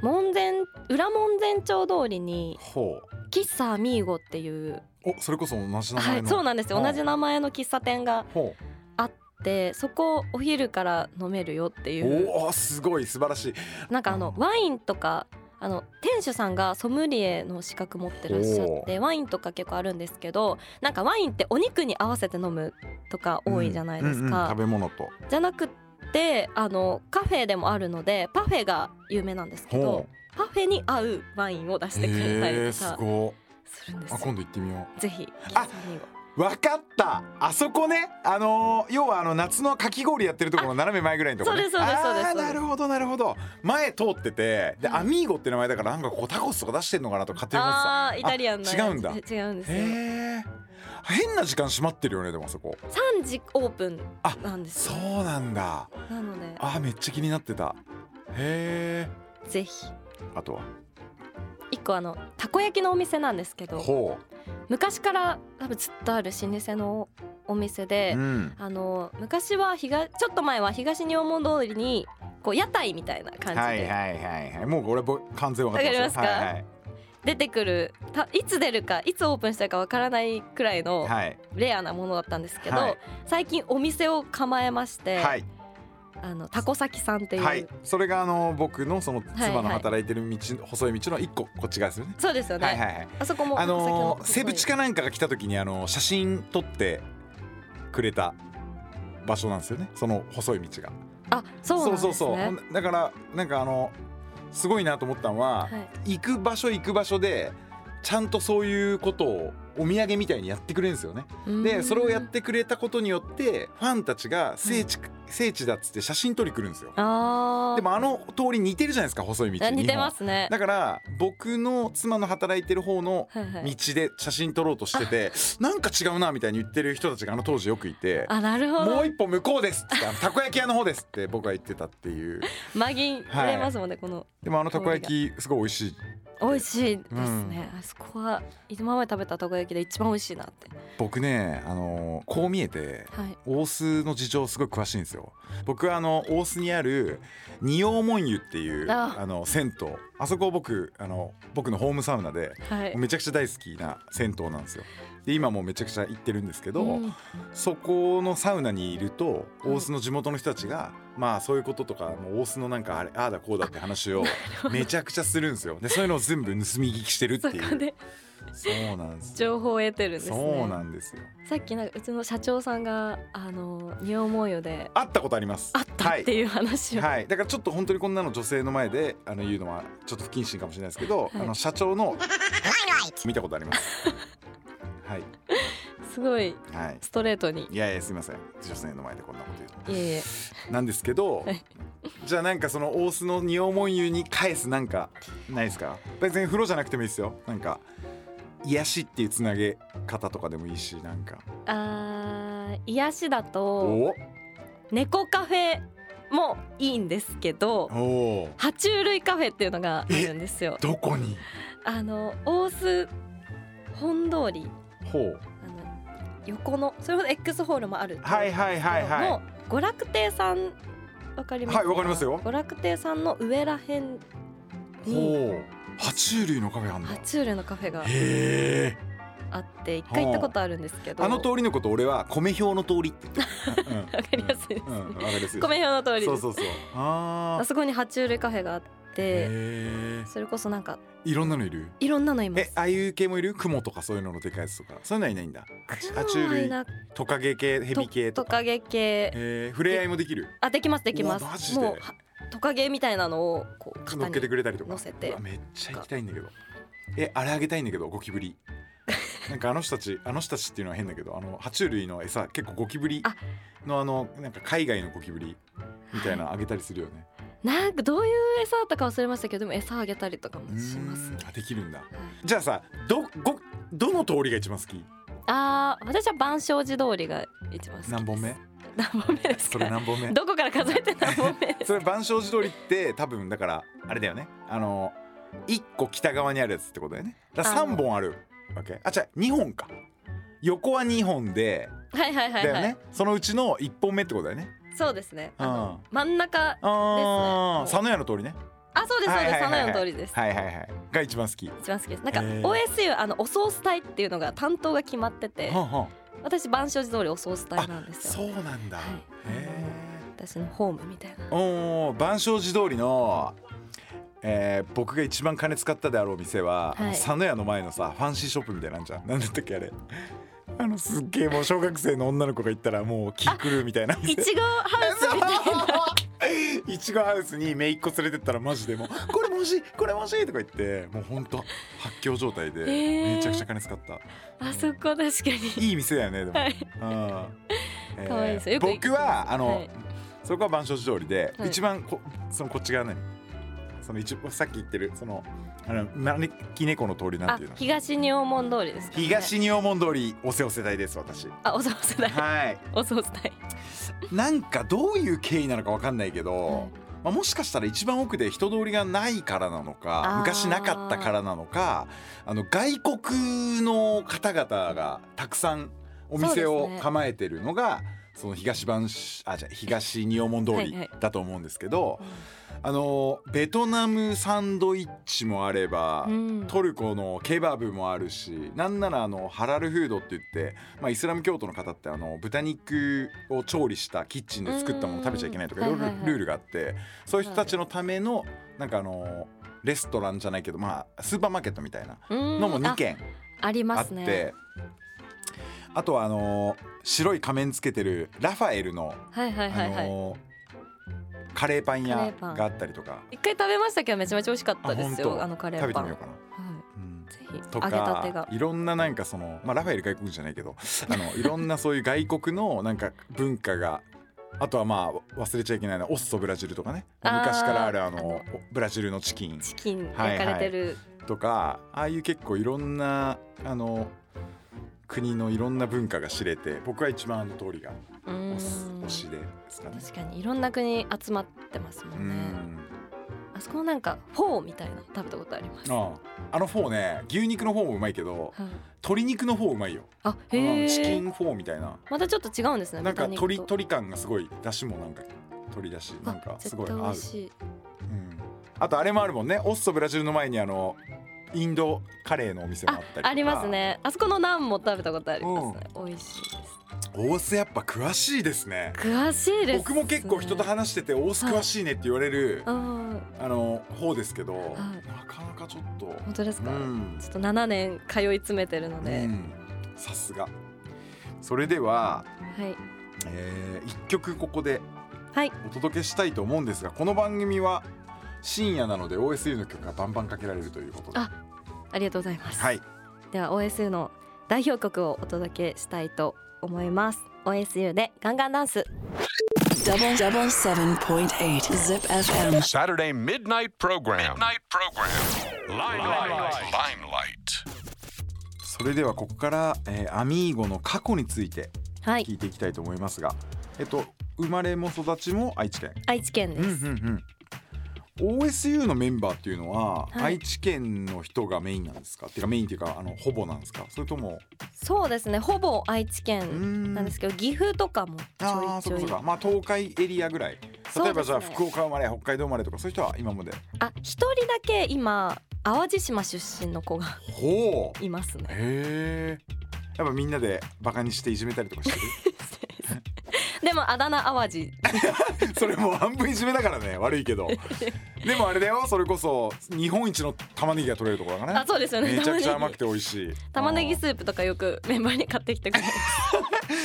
[SPEAKER 5] 門前裏門前町通りに
[SPEAKER 4] ほ
[SPEAKER 5] 喫茶アミーゴっていう、
[SPEAKER 4] うおそれこそ同じ名前の、
[SPEAKER 5] はい、そうなんですよ
[SPEAKER 4] あ
[SPEAKER 5] 同じ名前の喫茶店が
[SPEAKER 4] ほ
[SPEAKER 5] あってそこお昼から飲めるよっていうう
[SPEAKER 4] おおすごい素晴らしい
[SPEAKER 5] なんかあの
[SPEAKER 4] うん
[SPEAKER 5] ワインとかあの店主さんがソムリエの資格持ってらっしゃってワインとか結構あるんですけどなんかワインってお肉に合わせて飲むとか多いじゃないですか、
[SPEAKER 4] うんうんうん食べ物と
[SPEAKER 5] じゃなくってあのカフェでもあるのでパフェが有名なんですけど
[SPEAKER 4] ほう
[SPEAKER 5] パフェに合うワインを出してくれた
[SPEAKER 4] え
[SPEAKER 5] り
[SPEAKER 4] ー、
[SPEAKER 5] と
[SPEAKER 4] す
[SPEAKER 5] か
[SPEAKER 4] ご
[SPEAKER 5] するんで
[SPEAKER 4] いあ
[SPEAKER 5] すよ
[SPEAKER 4] 今度行ってみよ
[SPEAKER 5] ぜひ喫茶
[SPEAKER 4] あ
[SPEAKER 5] ミーゴ
[SPEAKER 4] うわかったあそこねあのー要はあの夏のかき氷やってるところの斜め前ぐらいのところ、ね、
[SPEAKER 5] そうですそうですそうです
[SPEAKER 4] あー
[SPEAKER 5] そうです
[SPEAKER 4] なるほどなるほど前通っててで、
[SPEAKER 5] はい
[SPEAKER 4] アミーゴって名前だからなんかこうタコスとか出してんのかなと勝手に思ってた
[SPEAKER 5] あーイタリアンの
[SPEAKER 4] あ違うんだ
[SPEAKER 5] 違うんですよ
[SPEAKER 4] へえ変な時間閉まってるよねでもそこ
[SPEAKER 5] 3時オープン
[SPEAKER 4] あ
[SPEAKER 5] なんです
[SPEAKER 4] そ
[SPEAKER 5] よ
[SPEAKER 4] うなんだ
[SPEAKER 5] なので
[SPEAKER 4] あめっちゃ気になってたへえ
[SPEAKER 5] ぜひ
[SPEAKER 4] あとは
[SPEAKER 5] 一個あのたこ焼きのお店なんですけど
[SPEAKER 4] ほ
[SPEAKER 5] 昔から多分ずっとある老舗のお店
[SPEAKER 4] う、
[SPEAKER 5] で、
[SPEAKER 4] うん、
[SPEAKER 5] あの昔は東ちょっと前は東日本通りにこう屋台みたいな感じで、
[SPEAKER 4] はいはいはいはいもう俺ぼ完全分かってます
[SPEAKER 5] わかりますか
[SPEAKER 4] はいはい
[SPEAKER 5] 出てくるたいつ出るかいつオープンしたかわからないくらいの
[SPEAKER 4] はい
[SPEAKER 5] レアなものだったんですけど、
[SPEAKER 4] はい
[SPEAKER 5] 最近お店を構えまして、
[SPEAKER 4] はい、
[SPEAKER 5] あのタコ先さんっていう、
[SPEAKER 4] はい、それがあの僕のその
[SPEAKER 5] はいは
[SPEAKER 4] 妻
[SPEAKER 5] い
[SPEAKER 4] の働いてる道、細い道の一個こっち側ですよね
[SPEAKER 5] そうですよね、
[SPEAKER 4] はいはいはい
[SPEAKER 5] あそこも
[SPEAKER 4] あの
[SPEAKER 5] タコ先
[SPEAKER 4] セブチかなんかが来た時にあの写真撮ってくれた場所なんですよねその細い道が
[SPEAKER 5] あそうなんです
[SPEAKER 4] そ
[SPEAKER 5] ね
[SPEAKER 4] うそうそうほんだからなんかあのすごいなと思ったのは、
[SPEAKER 5] はい
[SPEAKER 4] 行く場所行く場所でちゃんとそういうことをお土産みたいにやってくれるんですよね。
[SPEAKER 5] うん
[SPEAKER 4] でそれをやってくれたことによってファンたちが聖地,、聖地だっつって写真撮り来るんですよ
[SPEAKER 5] あー
[SPEAKER 4] でもあの通り似てるじゃないですか細い道
[SPEAKER 5] あ似てますね
[SPEAKER 4] だから僕の妻の働いてる方の
[SPEAKER 5] はいはい
[SPEAKER 4] 道で写真撮ろうとしててなんか違うなみたいに言ってる人たちがあの当時よくいて
[SPEAKER 5] あなるほ
[SPEAKER 4] も
[SPEAKER 5] ど
[SPEAKER 4] う一歩向こうですって言ってたこ焼き屋の方ですって僕は言ってたっていう
[SPEAKER 5] マギン
[SPEAKER 4] はい
[SPEAKER 5] れますもんね、この
[SPEAKER 4] でもあのたこ焼きすごい美味しい
[SPEAKER 5] 美味しいですね、あそこは今まで食べたたこ焼きで一番美味しいなって
[SPEAKER 4] 僕ねあのこう見えて
[SPEAKER 5] はい
[SPEAKER 4] 大須の事情すごい詳しいんですよ僕はあの大須にある仁王門湯っていう
[SPEAKER 5] あ
[SPEAKER 4] あの銭湯あそこを僕あの僕のホームサウナで
[SPEAKER 5] はい
[SPEAKER 4] めちゃくちゃ大好きな銭湯なんですよで今もうめちゃくちゃ行ってるんですけど、
[SPEAKER 5] うん
[SPEAKER 4] そこのサウナにいると大須の地元の人たちが、まあそういうこととかもう大須のなんかあれああだこうだって
[SPEAKER 5] <laughs>
[SPEAKER 4] 話をめちゃくちゃするんですよでそういうのを全部盗み聞きしてるって
[SPEAKER 5] そ
[SPEAKER 4] いう
[SPEAKER 5] こで
[SPEAKER 4] そうなんですよ
[SPEAKER 5] 情報を得てるんですね
[SPEAKER 4] そうなんですよ
[SPEAKER 5] さっきなんかうちの社長さんがあの仁王門よで
[SPEAKER 4] 会ったことあります
[SPEAKER 5] あった
[SPEAKER 4] は
[SPEAKER 5] っ
[SPEAKER 4] い
[SPEAKER 5] ていう話を、
[SPEAKER 4] はい、だからちょっと本当にこんなの女性の前であの言うのはちょっと不謹慎かもしれないですけど、
[SPEAKER 5] はい
[SPEAKER 4] あの社長の見たことあ
[SPEAKER 5] <laughs>
[SPEAKER 4] ります。はい
[SPEAKER 5] すごい
[SPEAKER 4] はい。
[SPEAKER 5] ストレートに
[SPEAKER 4] いやいやすみません女性の前でこんなこと言う
[SPEAKER 5] いえいえ
[SPEAKER 4] となんですけど、
[SPEAKER 5] はい
[SPEAKER 4] じゃあなんかその大須の仁王門湯に返すなんかないですか別に風呂じゃなくてもいいですよなんか癒しっていうつなげ方とかでもいいしなんか
[SPEAKER 5] あー癒しだと
[SPEAKER 4] お
[SPEAKER 5] 猫カフェもいいんですけど
[SPEAKER 4] おお
[SPEAKER 5] 爬虫類カフェっていうのがあるんですよ
[SPEAKER 4] どこに
[SPEAKER 5] あの大須本通り
[SPEAKER 4] ほう
[SPEAKER 5] あの横のそれほど X ホールもある
[SPEAKER 4] はいはいはいはい
[SPEAKER 5] の娯楽亭さんわかります
[SPEAKER 4] はいわかりますよ
[SPEAKER 5] 娯楽亭さんの上らへんに
[SPEAKER 4] ほう爬虫類のカフェあんだ
[SPEAKER 5] 爬虫類のカフェが
[SPEAKER 4] へえ
[SPEAKER 5] あって一回行ったことあるんですけど
[SPEAKER 4] あの通りのこと俺は米表の通りって
[SPEAKER 5] <laughs>
[SPEAKER 4] 言ってる。
[SPEAKER 5] わかりやすいですね
[SPEAKER 4] うん、うんわかりやすい。
[SPEAKER 5] 米表の通り
[SPEAKER 4] そ
[SPEAKER 5] で
[SPEAKER 4] う
[SPEAKER 5] す
[SPEAKER 4] そうそう。あ
[SPEAKER 5] あ
[SPEAKER 4] あ。
[SPEAKER 5] そこに爬虫類カフェがあって
[SPEAKER 4] へ
[SPEAKER 5] それこそなんか
[SPEAKER 4] え。いろんなのいる。
[SPEAKER 5] いろんなのいま
[SPEAKER 4] え
[SPEAKER 5] す、
[SPEAKER 4] ああいう系もいる？クモとかそういうののでかいやつとか。そういうのはいないんだ。爬虫類、トカゲ系、ヘビ系
[SPEAKER 5] ト
[SPEAKER 4] とか。
[SPEAKER 5] カゲ系
[SPEAKER 4] へえ。触れ合いもできる。
[SPEAKER 5] あできますできま
[SPEAKER 4] うわマ
[SPEAKER 5] す
[SPEAKER 4] ジで
[SPEAKER 5] もうはトカゲみたいなのをこう
[SPEAKER 4] 乗
[SPEAKER 5] 肩
[SPEAKER 4] っ
[SPEAKER 5] に
[SPEAKER 4] けてくれたりとか。
[SPEAKER 5] 乗せて
[SPEAKER 4] うわめっちゃ行きたいんだけど。えあれあげたいんだけどゴキブリ。なんかあの人たちあの人たちっていうのは変だけどあの爬虫類の餌結構ゴキブリ
[SPEAKER 5] あ
[SPEAKER 4] のあのなんか海外のゴキブリみたいなのあげたりするよね。
[SPEAKER 5] なんかどういう餌だったか忘れましたけどでも餌あげたりとかもしますね
[SPEAKER 4] うーんあできるんだじゃあさどごどの通りが一番好き
[SPEAKER 5] あー私は万象寺通りが一番好きです
[SPEAKER 4] 何本目
[SPEAKER 5] 何本目です
[SPEAKER 4] それ
[SPEAKER 5] か
[SPEAKER 4] 何本
[SPEAKER 5] <laughs>
[SPEAKER 4] 目
[SPEAKER 5] どこから数えて何本目
[SPEAKER 4] <laughs> それ万象寺通りって多分だからあれだよねあの1個北側にあるやつってことだよねだから
[SPEAKER 5] あの
[SPEAKER 4] 3本あるわけあ違う2本か横は2本で
[SPEAKER 5] はいはいは
[SPEAKER 4] だ
[SPEAKER 5] い
[SPEAKER 4] よね、
[SPEAKER 5] はい、
[SPEAKER 4] そのうちの1本目ってことだよね
[SPEAKER 5] そうですね
[SPEAKER 4] うん
[SPEAKER 5] あの真ん中
[SPEAKER 4] ああ、
[SPEAKER 5] ですね
[SPEAKER 4] 佐野屋の通りね
[SPEAKER 5] あそうですそうです
[SPEAKER 4] はいはい
[SPEAKER 5] そ
[SPEAKER 4] はいはい
[SPEAKER 5] のの通りです
[SPEAKER 4] はいはいはいが一番好き
[SPEAKER 5] 一番好きですなんか
[SPEAKER 4] へー
[SPEAKER 5] OSU あのおソース隊っていうのが担当が決まってて
[SPEAKER 4] はんはん
[SPEAKER 5] 私万象寺通りおソース隊なんです
[SPEAKER 4] そ
[SPEAKER 5] よ
[SPEAKER 4] うなんだ、
[SPEAKER 5] はい
[SPEAKER 4] へえ
[SPEAKER 5] 私のホームみたいな
[SPEAKER 4] おー万象寺通りの、えー僕が一番金使ったであろう店は、あの
[SPEAKER 5] はい
[SPEAKER 4] 佐野屋の前のさファンシーショップみたいなのあんじゃん何だったっけあれあのすっげえもう小学生の女の子が行ったらもう気狂うみたいない
[SPEAKER 5] ちごハウスみたいない
[SPEAKER 4] ちごハウスに姪っ子連れてったらマジでもう「これも欲しいこれも欲しい」とか言ってもうほんと発狂状態で
[SPEAKER 5] ー
[SPEAKER 4] めちゃくちゃ金使った、
[SPEAKER 5] あそこ確かに
[SPEAKER 4] いい店だよねでも、
[SPEAKER 5] はい
[SPEAKER 4] うん
[SPEAKER 5] 可愛いですよよく行く
[SPEAKER 4] 僕はあの、
[SPEAKER 5] はい
[SPEAKER 4] そこは万象寺通りで、
[SPEAKER 5] はい
[SPEAKER 4] 一番こそのこっち側何その一さっき言ってるそのあの招き猫の通りなん
[SPEAKER 5] あ
[SPEAKER 4] ていうの
[SPEAKER 5] 東日本門通りですか、ね、
[SPEAKER 4] 東日本通りおせおせ代です私
[SPEAKER 5] あおソース隊
[SPEAKER 4] はい
[SPEAKER 5] おソース隊
[SPEAKER 4] なんかどういう経緯なのかわかんないけど、
[SPEAKER 5] はい
[SPEAKER 4] まあ、もしかしたら一番奥で人通りがないからなのか
[SPEAKER 5] あー
[SPEAKER 4] 昔なかったからなのかあの外国の方々がたくさんお店
[SPEAKER 5] そう
[SPEAKER 4] を
[SPEAKER 5] ですね
[SPEAKER 4] 構えてるのがその東番あじゃあ東仁王門通
[SPEAKER 5] はいは
[SPEAKER 4] り
[SPEAKER 5] い
[SPEAKER 4] だと思うんですけど、あのベトナムサンドイッチもあれば、
[SPEAKER 5] うん
[SPEAKER 4] トルコのケバブもあるしなんならあのハラルフードって言って、まあ、イスラム教徒の方ってあの豚肉を調理したキッチンで作ったものを食べちゃいけないとかいろいろ
[SPEAKER 5] はいはいはい
[SPEAKER 4] ルールがあってそういう人たちのためのなんかあのレストランじゃないけどまあスーパーマーケットみたいなの
[SPEAKER 5] の
[SPEAKER 4] も2軒
[SPEAKER 5] ああり
[SPEAKER 4] あ
[SPEAKER 5] ま
[SPEAKER 4] っ
[SPEAKER 5] す
[SPEAKER 4] て、
[SPEAKER 5] ね
[SPEAKER 4] あとはあの白い仮面つけてるラファエルの、
[SPEAKER 5] はいはいはいはい、
[SPEAKER 4] あのカレーパン
[SPEAKER 5] カレ
[SPEAKER 4] 屋
[SPEAKER 5] ーパン
[SPEAKER 4] があったりとか。
[SPEAKER 5] 一回食べましたけどめちゃめちゃ美味しかったです
[SPEAKER 4] あ
[SPEAKER 5] よ
[SPEAKER 4] 本当
[SPEAKER 5] あのカレーパン
[SPEAKER 4] 食べてみよ
[SPEAKER 5] は
[SPEAKER 4] うかな。うん
[SPEAKER 5] い、ぜひ
[SPEAKER 4] と
[SPEAKER 5] 揚げたて
[SPEAKER 4] か
[SPEAKER 5] が
[SPEAKER 4] いろんななんか
[SPEAKER 5] <laughs>
[SPEAKER 4] その、まあ、ラファエル外国人じゃないけどあのいろんなそういう外国のなんか文化があとはまあ忘れちゃいけないのはオッソブラジルとかね
[SPEAKER 5] あー
[SPEAKER 4] 昔からあるあの
[SPEAKER 5] あの
[SPEAKER 4] ブラジルのチキン
[SPEAKER 5] チキン焼かれてる、
[SPEAKER 4] とかああいう結構いろんなあの国のいろんな文化が知れて僕は一番あの通りが
[SPEAKER 5] うーん
[SPEAKER 4] 推す推しでですかね。
[SPEAKER 5] 確かにいろんな国集まってますも
[SPEAKER 4] うん
[SPEAKER 5] ね
[SPEAKER 4] ん
[SPEAKER 5] あそこのなんかフォーみたいなの食べたことあります
[SPEAKER 4] あああのフォーね牛肉のフォーもうまいけど
[SPEAKER 5] はい
[SPEAKER 4] 鶏肉のフォーうまいよ、
[SPEAKER 5] あへ
[SPEAKER 4] うん
[SPEAKER 5] え
[SPEAKER 4] チキンフォーみたいな
[SPEAKER 5] またちょっと違うんですね
[SPEAKER 4] なんか
[SPEAKER 5] 豚肉と
[SPEAKER 4] 鶏鶏感がすごいだしもなんか鶏だしなん
[SPEAKER 5] あ
[SPEAKER 4] かすごい
[SPEAKER 5] 絶対
[SPEAKER 4] 合
[SPEAKER 5] 美
[SPEAKER 4] う
[SPEAKER 5] 味しい
[SPEAKER 4] うんあとあれもあるもんねオッソブラジルの前にあのインドカレーのお店もあ
[SPEAKER 5] あ
[SPEAKER 4] ったりとか
[SPEAKER 5] ありますねあそこのナンも食べたことありますね、美味しいです
[SPEAKER 4] 大須やっぱ詳しいですね
[SPEAKER 5] 詳しいです、ね、
[SPEAKER 4] 僕も結構人と話してて大須詳しいねって言われる
[SPEAKER 5] あ
[SPEAKER 4] あの方ですけど
[SPEAKER 5] い
[SPEAKER 4] なかなかちょっと
[SPEAKER 5] あ本当です
[SPEAKER 4] う
[SPEAKER 5] か、
[SPEAKER 4] ん
[SPEAKER 5] ちょっと7年通い詰めてるの
[SPEAKER 4] う
[SPEAKER 5] で、
[SPEAKER 4] んさすがそれでは
[SPEAKER 5] はい
[SPEAKER 4] えー一曲ここで
[SPEAKER 5] はい
[SPEAKER 4] お届けしたいと思うんですがこの番組は深夜なので OSU の曲がバンバンかけられるということで
[SPEAKER 5] あありがとうございます、
[SPEAKER 4] はい
[SPEAKER 5] では OSU の代表曲をお届けしたいと思います OSU でガンガンダンス
[SPEAKER 2] Double double seven point eight Zip FM.
[SPEAKER 3] Saturday midnight program. Midnight program. Limelight. Limelight.
[SPEAKER 4] それではここから、えーアミーゴの過去について
[SPEAKER 5] はい
[SPEAKER 4] 聞いていきたいと思いますが、えっと生まれも育ちも愛知県。
[SPEAKER 5] 愛知県です、
[SPEAKER 4] OSU のメンバーっていうのは、
[SPEAKER 5] はい
[SPEAKER 4] 愛知県の人がメインなんですかっていうかメインっていうかあのほぼなんですかそれとも
[SPEAKER 5] そうですねほぼ愛知
[SPEAKER 4] うー
[SPEAKER 5] 県
[SPEAKER 4] ん
[SPEAKER 5] なんですけど岐阜とかもち
[SPEAKER 4] あ
[SPEAKER 5] ょ
[SPEAKER 4] あ
[SPEAKER 5] い
[SPEAKER 4] そ
[SPEAKER 5] ち
[SPEAKER 4] う
[SPEAKER 5] ょ
[SPEAKER 4] か
[SPEAKER 5] い
[SPEAKER 4] そうかまあ東海エリアぐらい
[SPEAKER 5] そう
[SPEAKER 4] 例え
[SPEAKER 5] で
[SPEAKER 4] ば
[SPEAKER 5] す
[SPEAKER 4] じゃ
[SPEAKER 5] ね
[SPEAKER 4] あ福岡生まれ北海道生まれとかそういう人は今まで
[SPEAKER 5] あ一人だけ今淡路島出身の子が
[SPEAKER 4] ほう
[SPEAKER 5] います
[SPEAKER 4] <laughs>
[SPEAKER 5] ね
[SPEAKER 4] へえやっぱみんなでバカにしていじめたりとかしてる
[SPEAKER 5] でもあだ名淡路
[SPEAKER 4] それもう半分いじめだからね悪いけどでもあれだよそれこそ日本一の玉ねぎが取れるところだからね
[SPEAKER 5] あそうですよね
[SPEAKER 4] めちゃくちゃ
[SPEAKER 5] 玉
[SPEAKER 4] 甘
[SPEAKER 5] ね
[SPEAKER 4] く
[SPEAKER 5] ぎ
[SPEAKER 4] て美味しい
[SPEAKER 5] 玉ねぎ
[SPEAKER 4] あ
[SPEAKER 5] スープとかよくメンバーに買ってきてくれる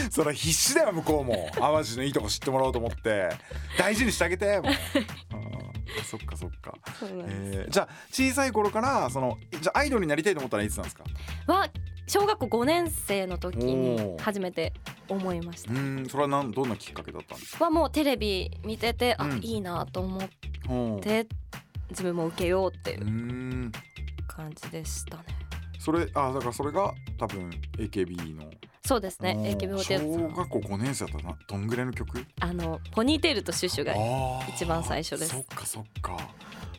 [SPEAKER 4] ーそれ必死だよ向こうも淡路のいいとこ知ってもらおうと思って大事にしてあげて
[SPEAKER 5] <laughs>
[SPEAKER 4] もうあーそっかそっか、
[SPEAKER 5] そうなんです
[SPEAKER 4] えーじゃあ小さい頃からそのじゃあアイドルになりたいと思ったらいつなんですか
[SPEAKER 5] は小学校5年生の時
[SPEAKER 4] お
[SPEAKER 5] に
[SPEAKER 4] ー
[SPEAKER 5] 初めて思いまし
[SPEAKER 4] うーんそれはなんどんなきっかけだったんですか
[SPEAKER 5] たはもうテレビ見てて、
[SPEAKER 4] う
[SPEAKER 5] あ
[SPEAKER 4] ん
[SPEAKER 5] いいなと思っ
[SPEAKER 4] うん
[SPEAKER 5] て自分も受けようっていう
[SPEAKER 4] ー
[SPEAKER 5] うん感じでしたね
[SPEAKER 4] それあだからそれが多分 AKB の
[SPEAKER 5] そうですね
[SPEAKER 4] うん
[SPEAKER 5] AKB48 さ
[SPEAKER 4] 小
[SPEAKER 5] ん
[SPEAKER 4] 学校5年生だったらなどんぐらいの曲
[SPEAKER 5] あのポニーテールとシュッシュが
[SPEAKER 4] あー
[SPEAKER 5] 一番最初です
[SPEAKER 4] そっかそっか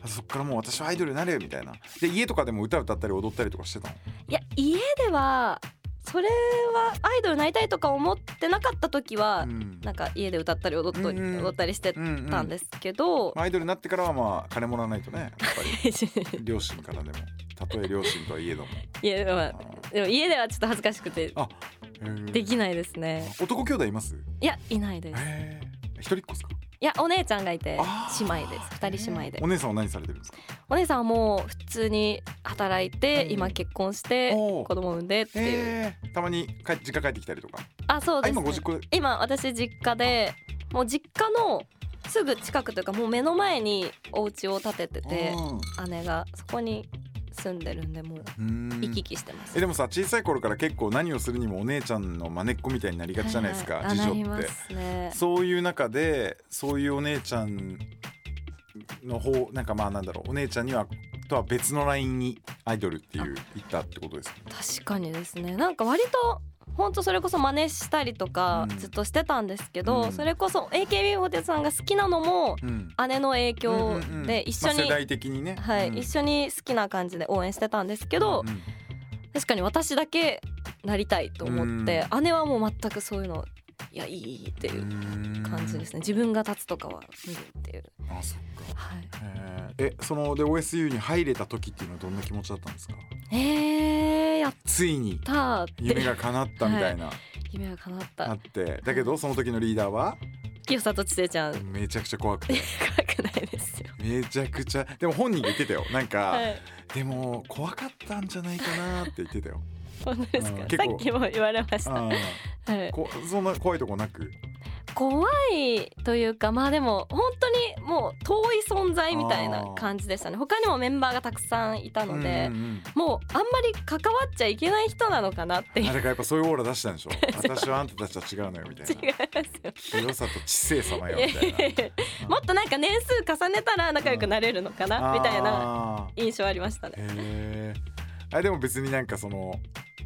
[SPEAKER 4] あそっからもう私はアイドルになれよみたいなで家とかでも歌歌ったり踊ったりとかしてたの
[SPEAKER 5] いや家ではそれはアイドルになりたいとか思ってなかった時は、
[SPEAKER 4] うん
[SPEAKER 5] なんか家で歌ったり踊ったり,、
[SPEAKER 4] うんうん
[SPEAKER 5] 踊ったりして
[SPEAKER 4] うんうん
[SPEAKER 5] たんですけど、
[SPEAKER 4] アイドルになってからはまあ金もらわないとねやっぱ
[SPEAKER 5] <laughs> い
[SPEAKER 4] り両親からでもたとえ両親とはいえども
[SPEAKER 5] <laughs> やまあでも家ではちょっと恥ずかしくて
[SPEAKER 4] あへー
[SPEAKER 5] できないですね
[SPEAKER 4] 男兄弟います
[SPEAKER 5] いやいないです
[SPEAKER 4] へー一人っ子ですか
[SPEAKER 5] いやお姉ちゃんがいて
[SPEAKER 4] あ
[SPEAKER 5] 姉
[SPEAKER 4] ー
[SPEAKER 5] 妹です二人姉妹で
[SPEAKER 4] お姉さんは何されてるんですか
[SPEAKER 5] お姉さんはもう普通に働いて
[SPEAKER 4] うん
[SPEAKER 5] 今結婚して
[SPEAKER 4] お
[SPEAKER 5] 子
[SPEAKER 4] う
[SPEAKER 5] 供産んでっていう
[SPEAKER 4] へーたまに帰実家帰ってきたりとか
[SPEAKER 5] あそう
[SPEAKER 4] あ
[SPEAKER 5] です
[SPEAKER 4] 今
[SPEAKER 5] ね
[SPEAKER 4] 50個
[SPEAKER 5] 今私実家でもう実家のすぐ近くというかもう目の前にお家を建ててて
[SPEAKER 4] うん
[SPEAKER 5] 姉がそこに住んでるんでもう
[SPEAKER 4] うーん
[SPEAKER 5] 行き来してます
[SPEAKER 4] えでもさ小さい頃から結構何をするにもお姉ちゃんのまねっこみたいになりがちじゃないですか、
[SPEAKER 5] ははあ
[SPEAKER 4] 次
[SPEAKER 5] なり
[SPEAKER 4] 女っ
[SPEAKER 5] ま
[SPEAKER 4] て
[SPEAKER 5] すね
[SPEAKER 4] そういう中でそういうお姉ちゃんの方なんかまあなんだろうお姉ちゃんにはとは別のラインにアイドルっていう行ったってことですね
[SPEAKER 5] 確かにですねなんか割と本当それこそ真似したりとか
[SPEAKER 4] うん
[SPEAKER 5] ずっとしてたんですけど、
[SPEAKER 4] うん
[SPEAKER 5] それこそ AKB48 さんが好きなのも
[SPEAKER 4] うん
[SPEAKER 5] 姉の影響
[SPEAKER 4] うんうんうん
[SPEAKER 5] で一緒に、
[SPEAKER 4] まあ世代的にね
[SPEAKER 5] はい
[SPEAKER 4] うん
[SPEAKER 5] 一緒に好きな感じで応援してたんですけど、
[SPEAKER 4] うん
[SPEAKER 5] 確かに私だけなりたいと思って、姉はもう全くそういうのいやいいいいっていう感じですね自分が立つとかは見るっていう、
[SPEAKER 4] うんあそっか
[SPEAKER 5] はい、
[SPEAKER 4] へーえそので OSU に入れた時っていうのはどんな気持ちだったんですか
[SPEAKER 5] えー、やっ
[SPEAKER 4] ついに
[SPEAKER 5] たーって
[SPEAKER 4] 夢が叶ったみたいな、
[SPEAKER 5] 夢が叶っ
[SPEAKER 4] あ
[SPEAKER 5] た
[SPEAKER 4] ってだけどその時のリーダーは
[SPEAKER 5] 清里知世ちゃん <laughs>
[SPEAKER 4] めちゃくちゃ怖くて
[SPEAKER 5] 怖くないですよ、
[SPEAKER 4] めちゃくちゃでも本人が言ってたよなんか、
[SPEAKER 5] はい
[SPEAKER 4] でも怖かったんじゃないかなって言ってた <laughs> よ。
[SPEAKER 5] 本当です
[SPEAKER 4] うん
[SPEAKER 5] か。
[SPEAKER 4] 結
[SPEAKER 5] さ
[SPEAKER 4] 構
[SPEAKER 5] っきも言われました。
[SPEAKER 4] あ
[SPEAKER 5] はい
[SPEAKER 4] ーこそんな怖いとこなく。
[SPEAKER 5] こ怖いというかまあでも本当にもう遠い存在みたいな感じでしたね他にもメンバーがたくさんいたので、
[SPEAKER 4] うんうん
[SPEAKER 5] もうあんまり関わっちゃいけない人なのかなって
[SPEAKER 4] うん
[SPEAKER 5] い
[SPEAKER 4] あ
[SPEAKER 5] う
[SPEAKER 4] れかやっぱ <laughs> そういうオーラ出したんでしょ私はあんたたちとは違うのよみたい
[SPEAKER 5] 違い
[SPEAKER 4] な
[SPEAKER 5] ますよ
[SPEAKER 4] 広さと知性様よみたいな <laughs>
[SPEAKER 5] もっとなんか年数重ねたら仲良くなれるのかなみたいな
[SPEAKER 4] な
[SPEAKER 5] 印象ありましたね。
[SPEAKER 4] へえあでも別になんかその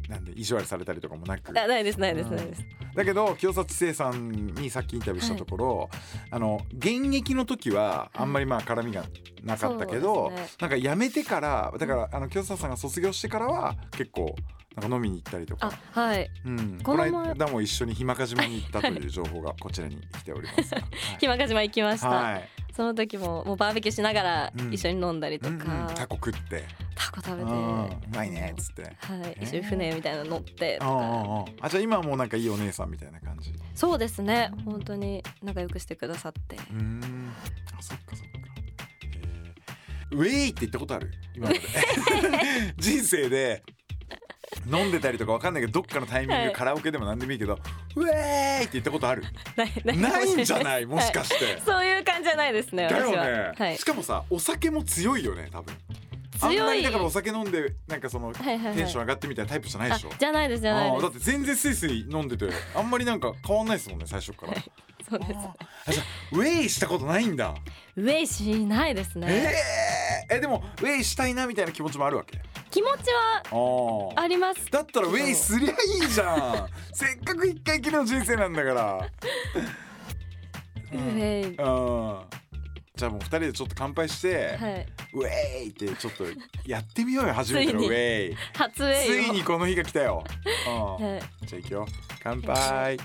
[SPEAKER 4] なんで意地悪されたりとかもなく
[SPEAKER 5] あないですないです
[SPEAKER 4] うん
[SPEAKER 5] ないです。
[SPEAKER 4] だけど清里知世さんにさっきインタビューしたところ、あの現役の時はあんまりまあ絡みがなかったけど、
[SPEAKER 5] そうですね
[SPEAKER 4] なんか辞めてからだからあの清里さんが卒業してからは結構なんか飲みに行ったりと
[SPEAKER 5] あ
[SPEAKER 4] か、
[SPEAKER 5] はい
[SPEAKER 4] うん、
[SPEAKER 5] こ
[SPEAKER 4] この
[SPEAKER 5] の前
[SPEAKER 4] 間も一緒に日間賀島に行ったという情報が
[SPEAKER 5] <laughs>
[SPEAKER 4] こちらに来ておりますが。
[SPEAKER 5] 日間賀島行きました、
[SPEAKER 4] はい、
[SPEAKER 5] その時ももうバーベキューしながら
[SPEAKER 4] うん
[SPEAKER 5] 一緒に飲んだりと
[SPEAKER 4] う
[SPEAKER 5] か、
[SPEAKER 4] んうんタ
[SPEAKER 5] タ
[SPEAKER 4] コ食って、
[SPEAKER 5] コ食
[SPEAKER 4] う
[SPEAKER 5] べて、
[SPEAKER 4] ん、うまいねっつって。
[SPEAKER 5] はい
[SPEAKER 4] ー
[SPEAKER 5] 一緒に船みたいなの乗ってと
[SPEAKER 4] あ
[SPEAKER 5] か
[SPEAKER 4] ああじゃあ今はもうなんかいいお姉さんみたいな感じ。
[SPEAKER 5] そうですね本当に仲良くしてくださって
[SPEAKER 4] うーん。あ、そっかそっか。へーウェイって言ったことある今ま
[SPEAKER 5] <laughs>
[SPEAKER 4] で。人生で飲んでたりとかわかんないけど、どっかのタイミング、
[SPEAKER 5] はい
[SPEAKER 4] カラオケでも何でもいいけど、ウェーイって言ったことある
[SPEAKER 5] ないない
[SPEAKER 4] ないんじゃ
[SPEAKER 5] か
[SPEAKER 4] ないもしか
[SPEAKER 5] は
[SPEAKER 4] し
[SPEAKER 5] <laughs>
[SPEAKER 4] て。
[SPEAKER 5] そういう感じじゃないですね
[SPEAKER 4] だ
[SPEAKER 5] 私は、
[SPEAKER 4] よね、
[SPEAKER 5] はい
[SPEAKER 4] しかもさお酒も強いよね多分
[SPEAKER 5] 強い
[SPEAKER 4] あんまりだからお酒飲んでなんかその、
[SPEAKER 5] はいはいはい
[SPEAKER 4] テンション上がってみたいなタイプじゃないで
[SPEAKER 5] あ
[SPEAKER 4] しょ
[SPEAKER 5] じゃないですじゃない
[SPEAKER 4] あーだ
[SPEAKER 5] で
[SPEAKER 4] って全然スイスイ飲んでてあんまりなんか変わんないですもんね最初から
[SPEAKER 5] すそうです
[SPEAKER 4] あじゃあウェイしたことないんだ
[SPEAKER 5] ウェイしないですね、
[SPEAKER 4] えー、えでもウェイしたいなみたいな気持ちもあるわけ
[SPEAKER 5] 気持ちは
[SPEAKER 4] あ
[SPEAKER 5] あ
[SPEAKER 4] あ
[SPEAKER 5] ります
[SPEAKER 4] だったらウェイすりゃいいじゃん <laughs> せっかく一回きりの人生なんだから
[SPEAKER 5] ウェイ
[SPEAKER 4] うんじゃあもう二人でちょっと乾杯して、
[SPEAKER 5] はい
[SPEAKER 4] ウェイってちょっとやってみようよ初めてのウ
[SPEAKER 5] ついに
[SPEAKER 4] ェイ
[SPEAKER 5] 初ウェイを
[SPEAKER 4] ついにこの日が来たよ、うん
[SPEAKER 5] <laughs> はい
[SPEAKER 4] じゃあ行くよ乾杯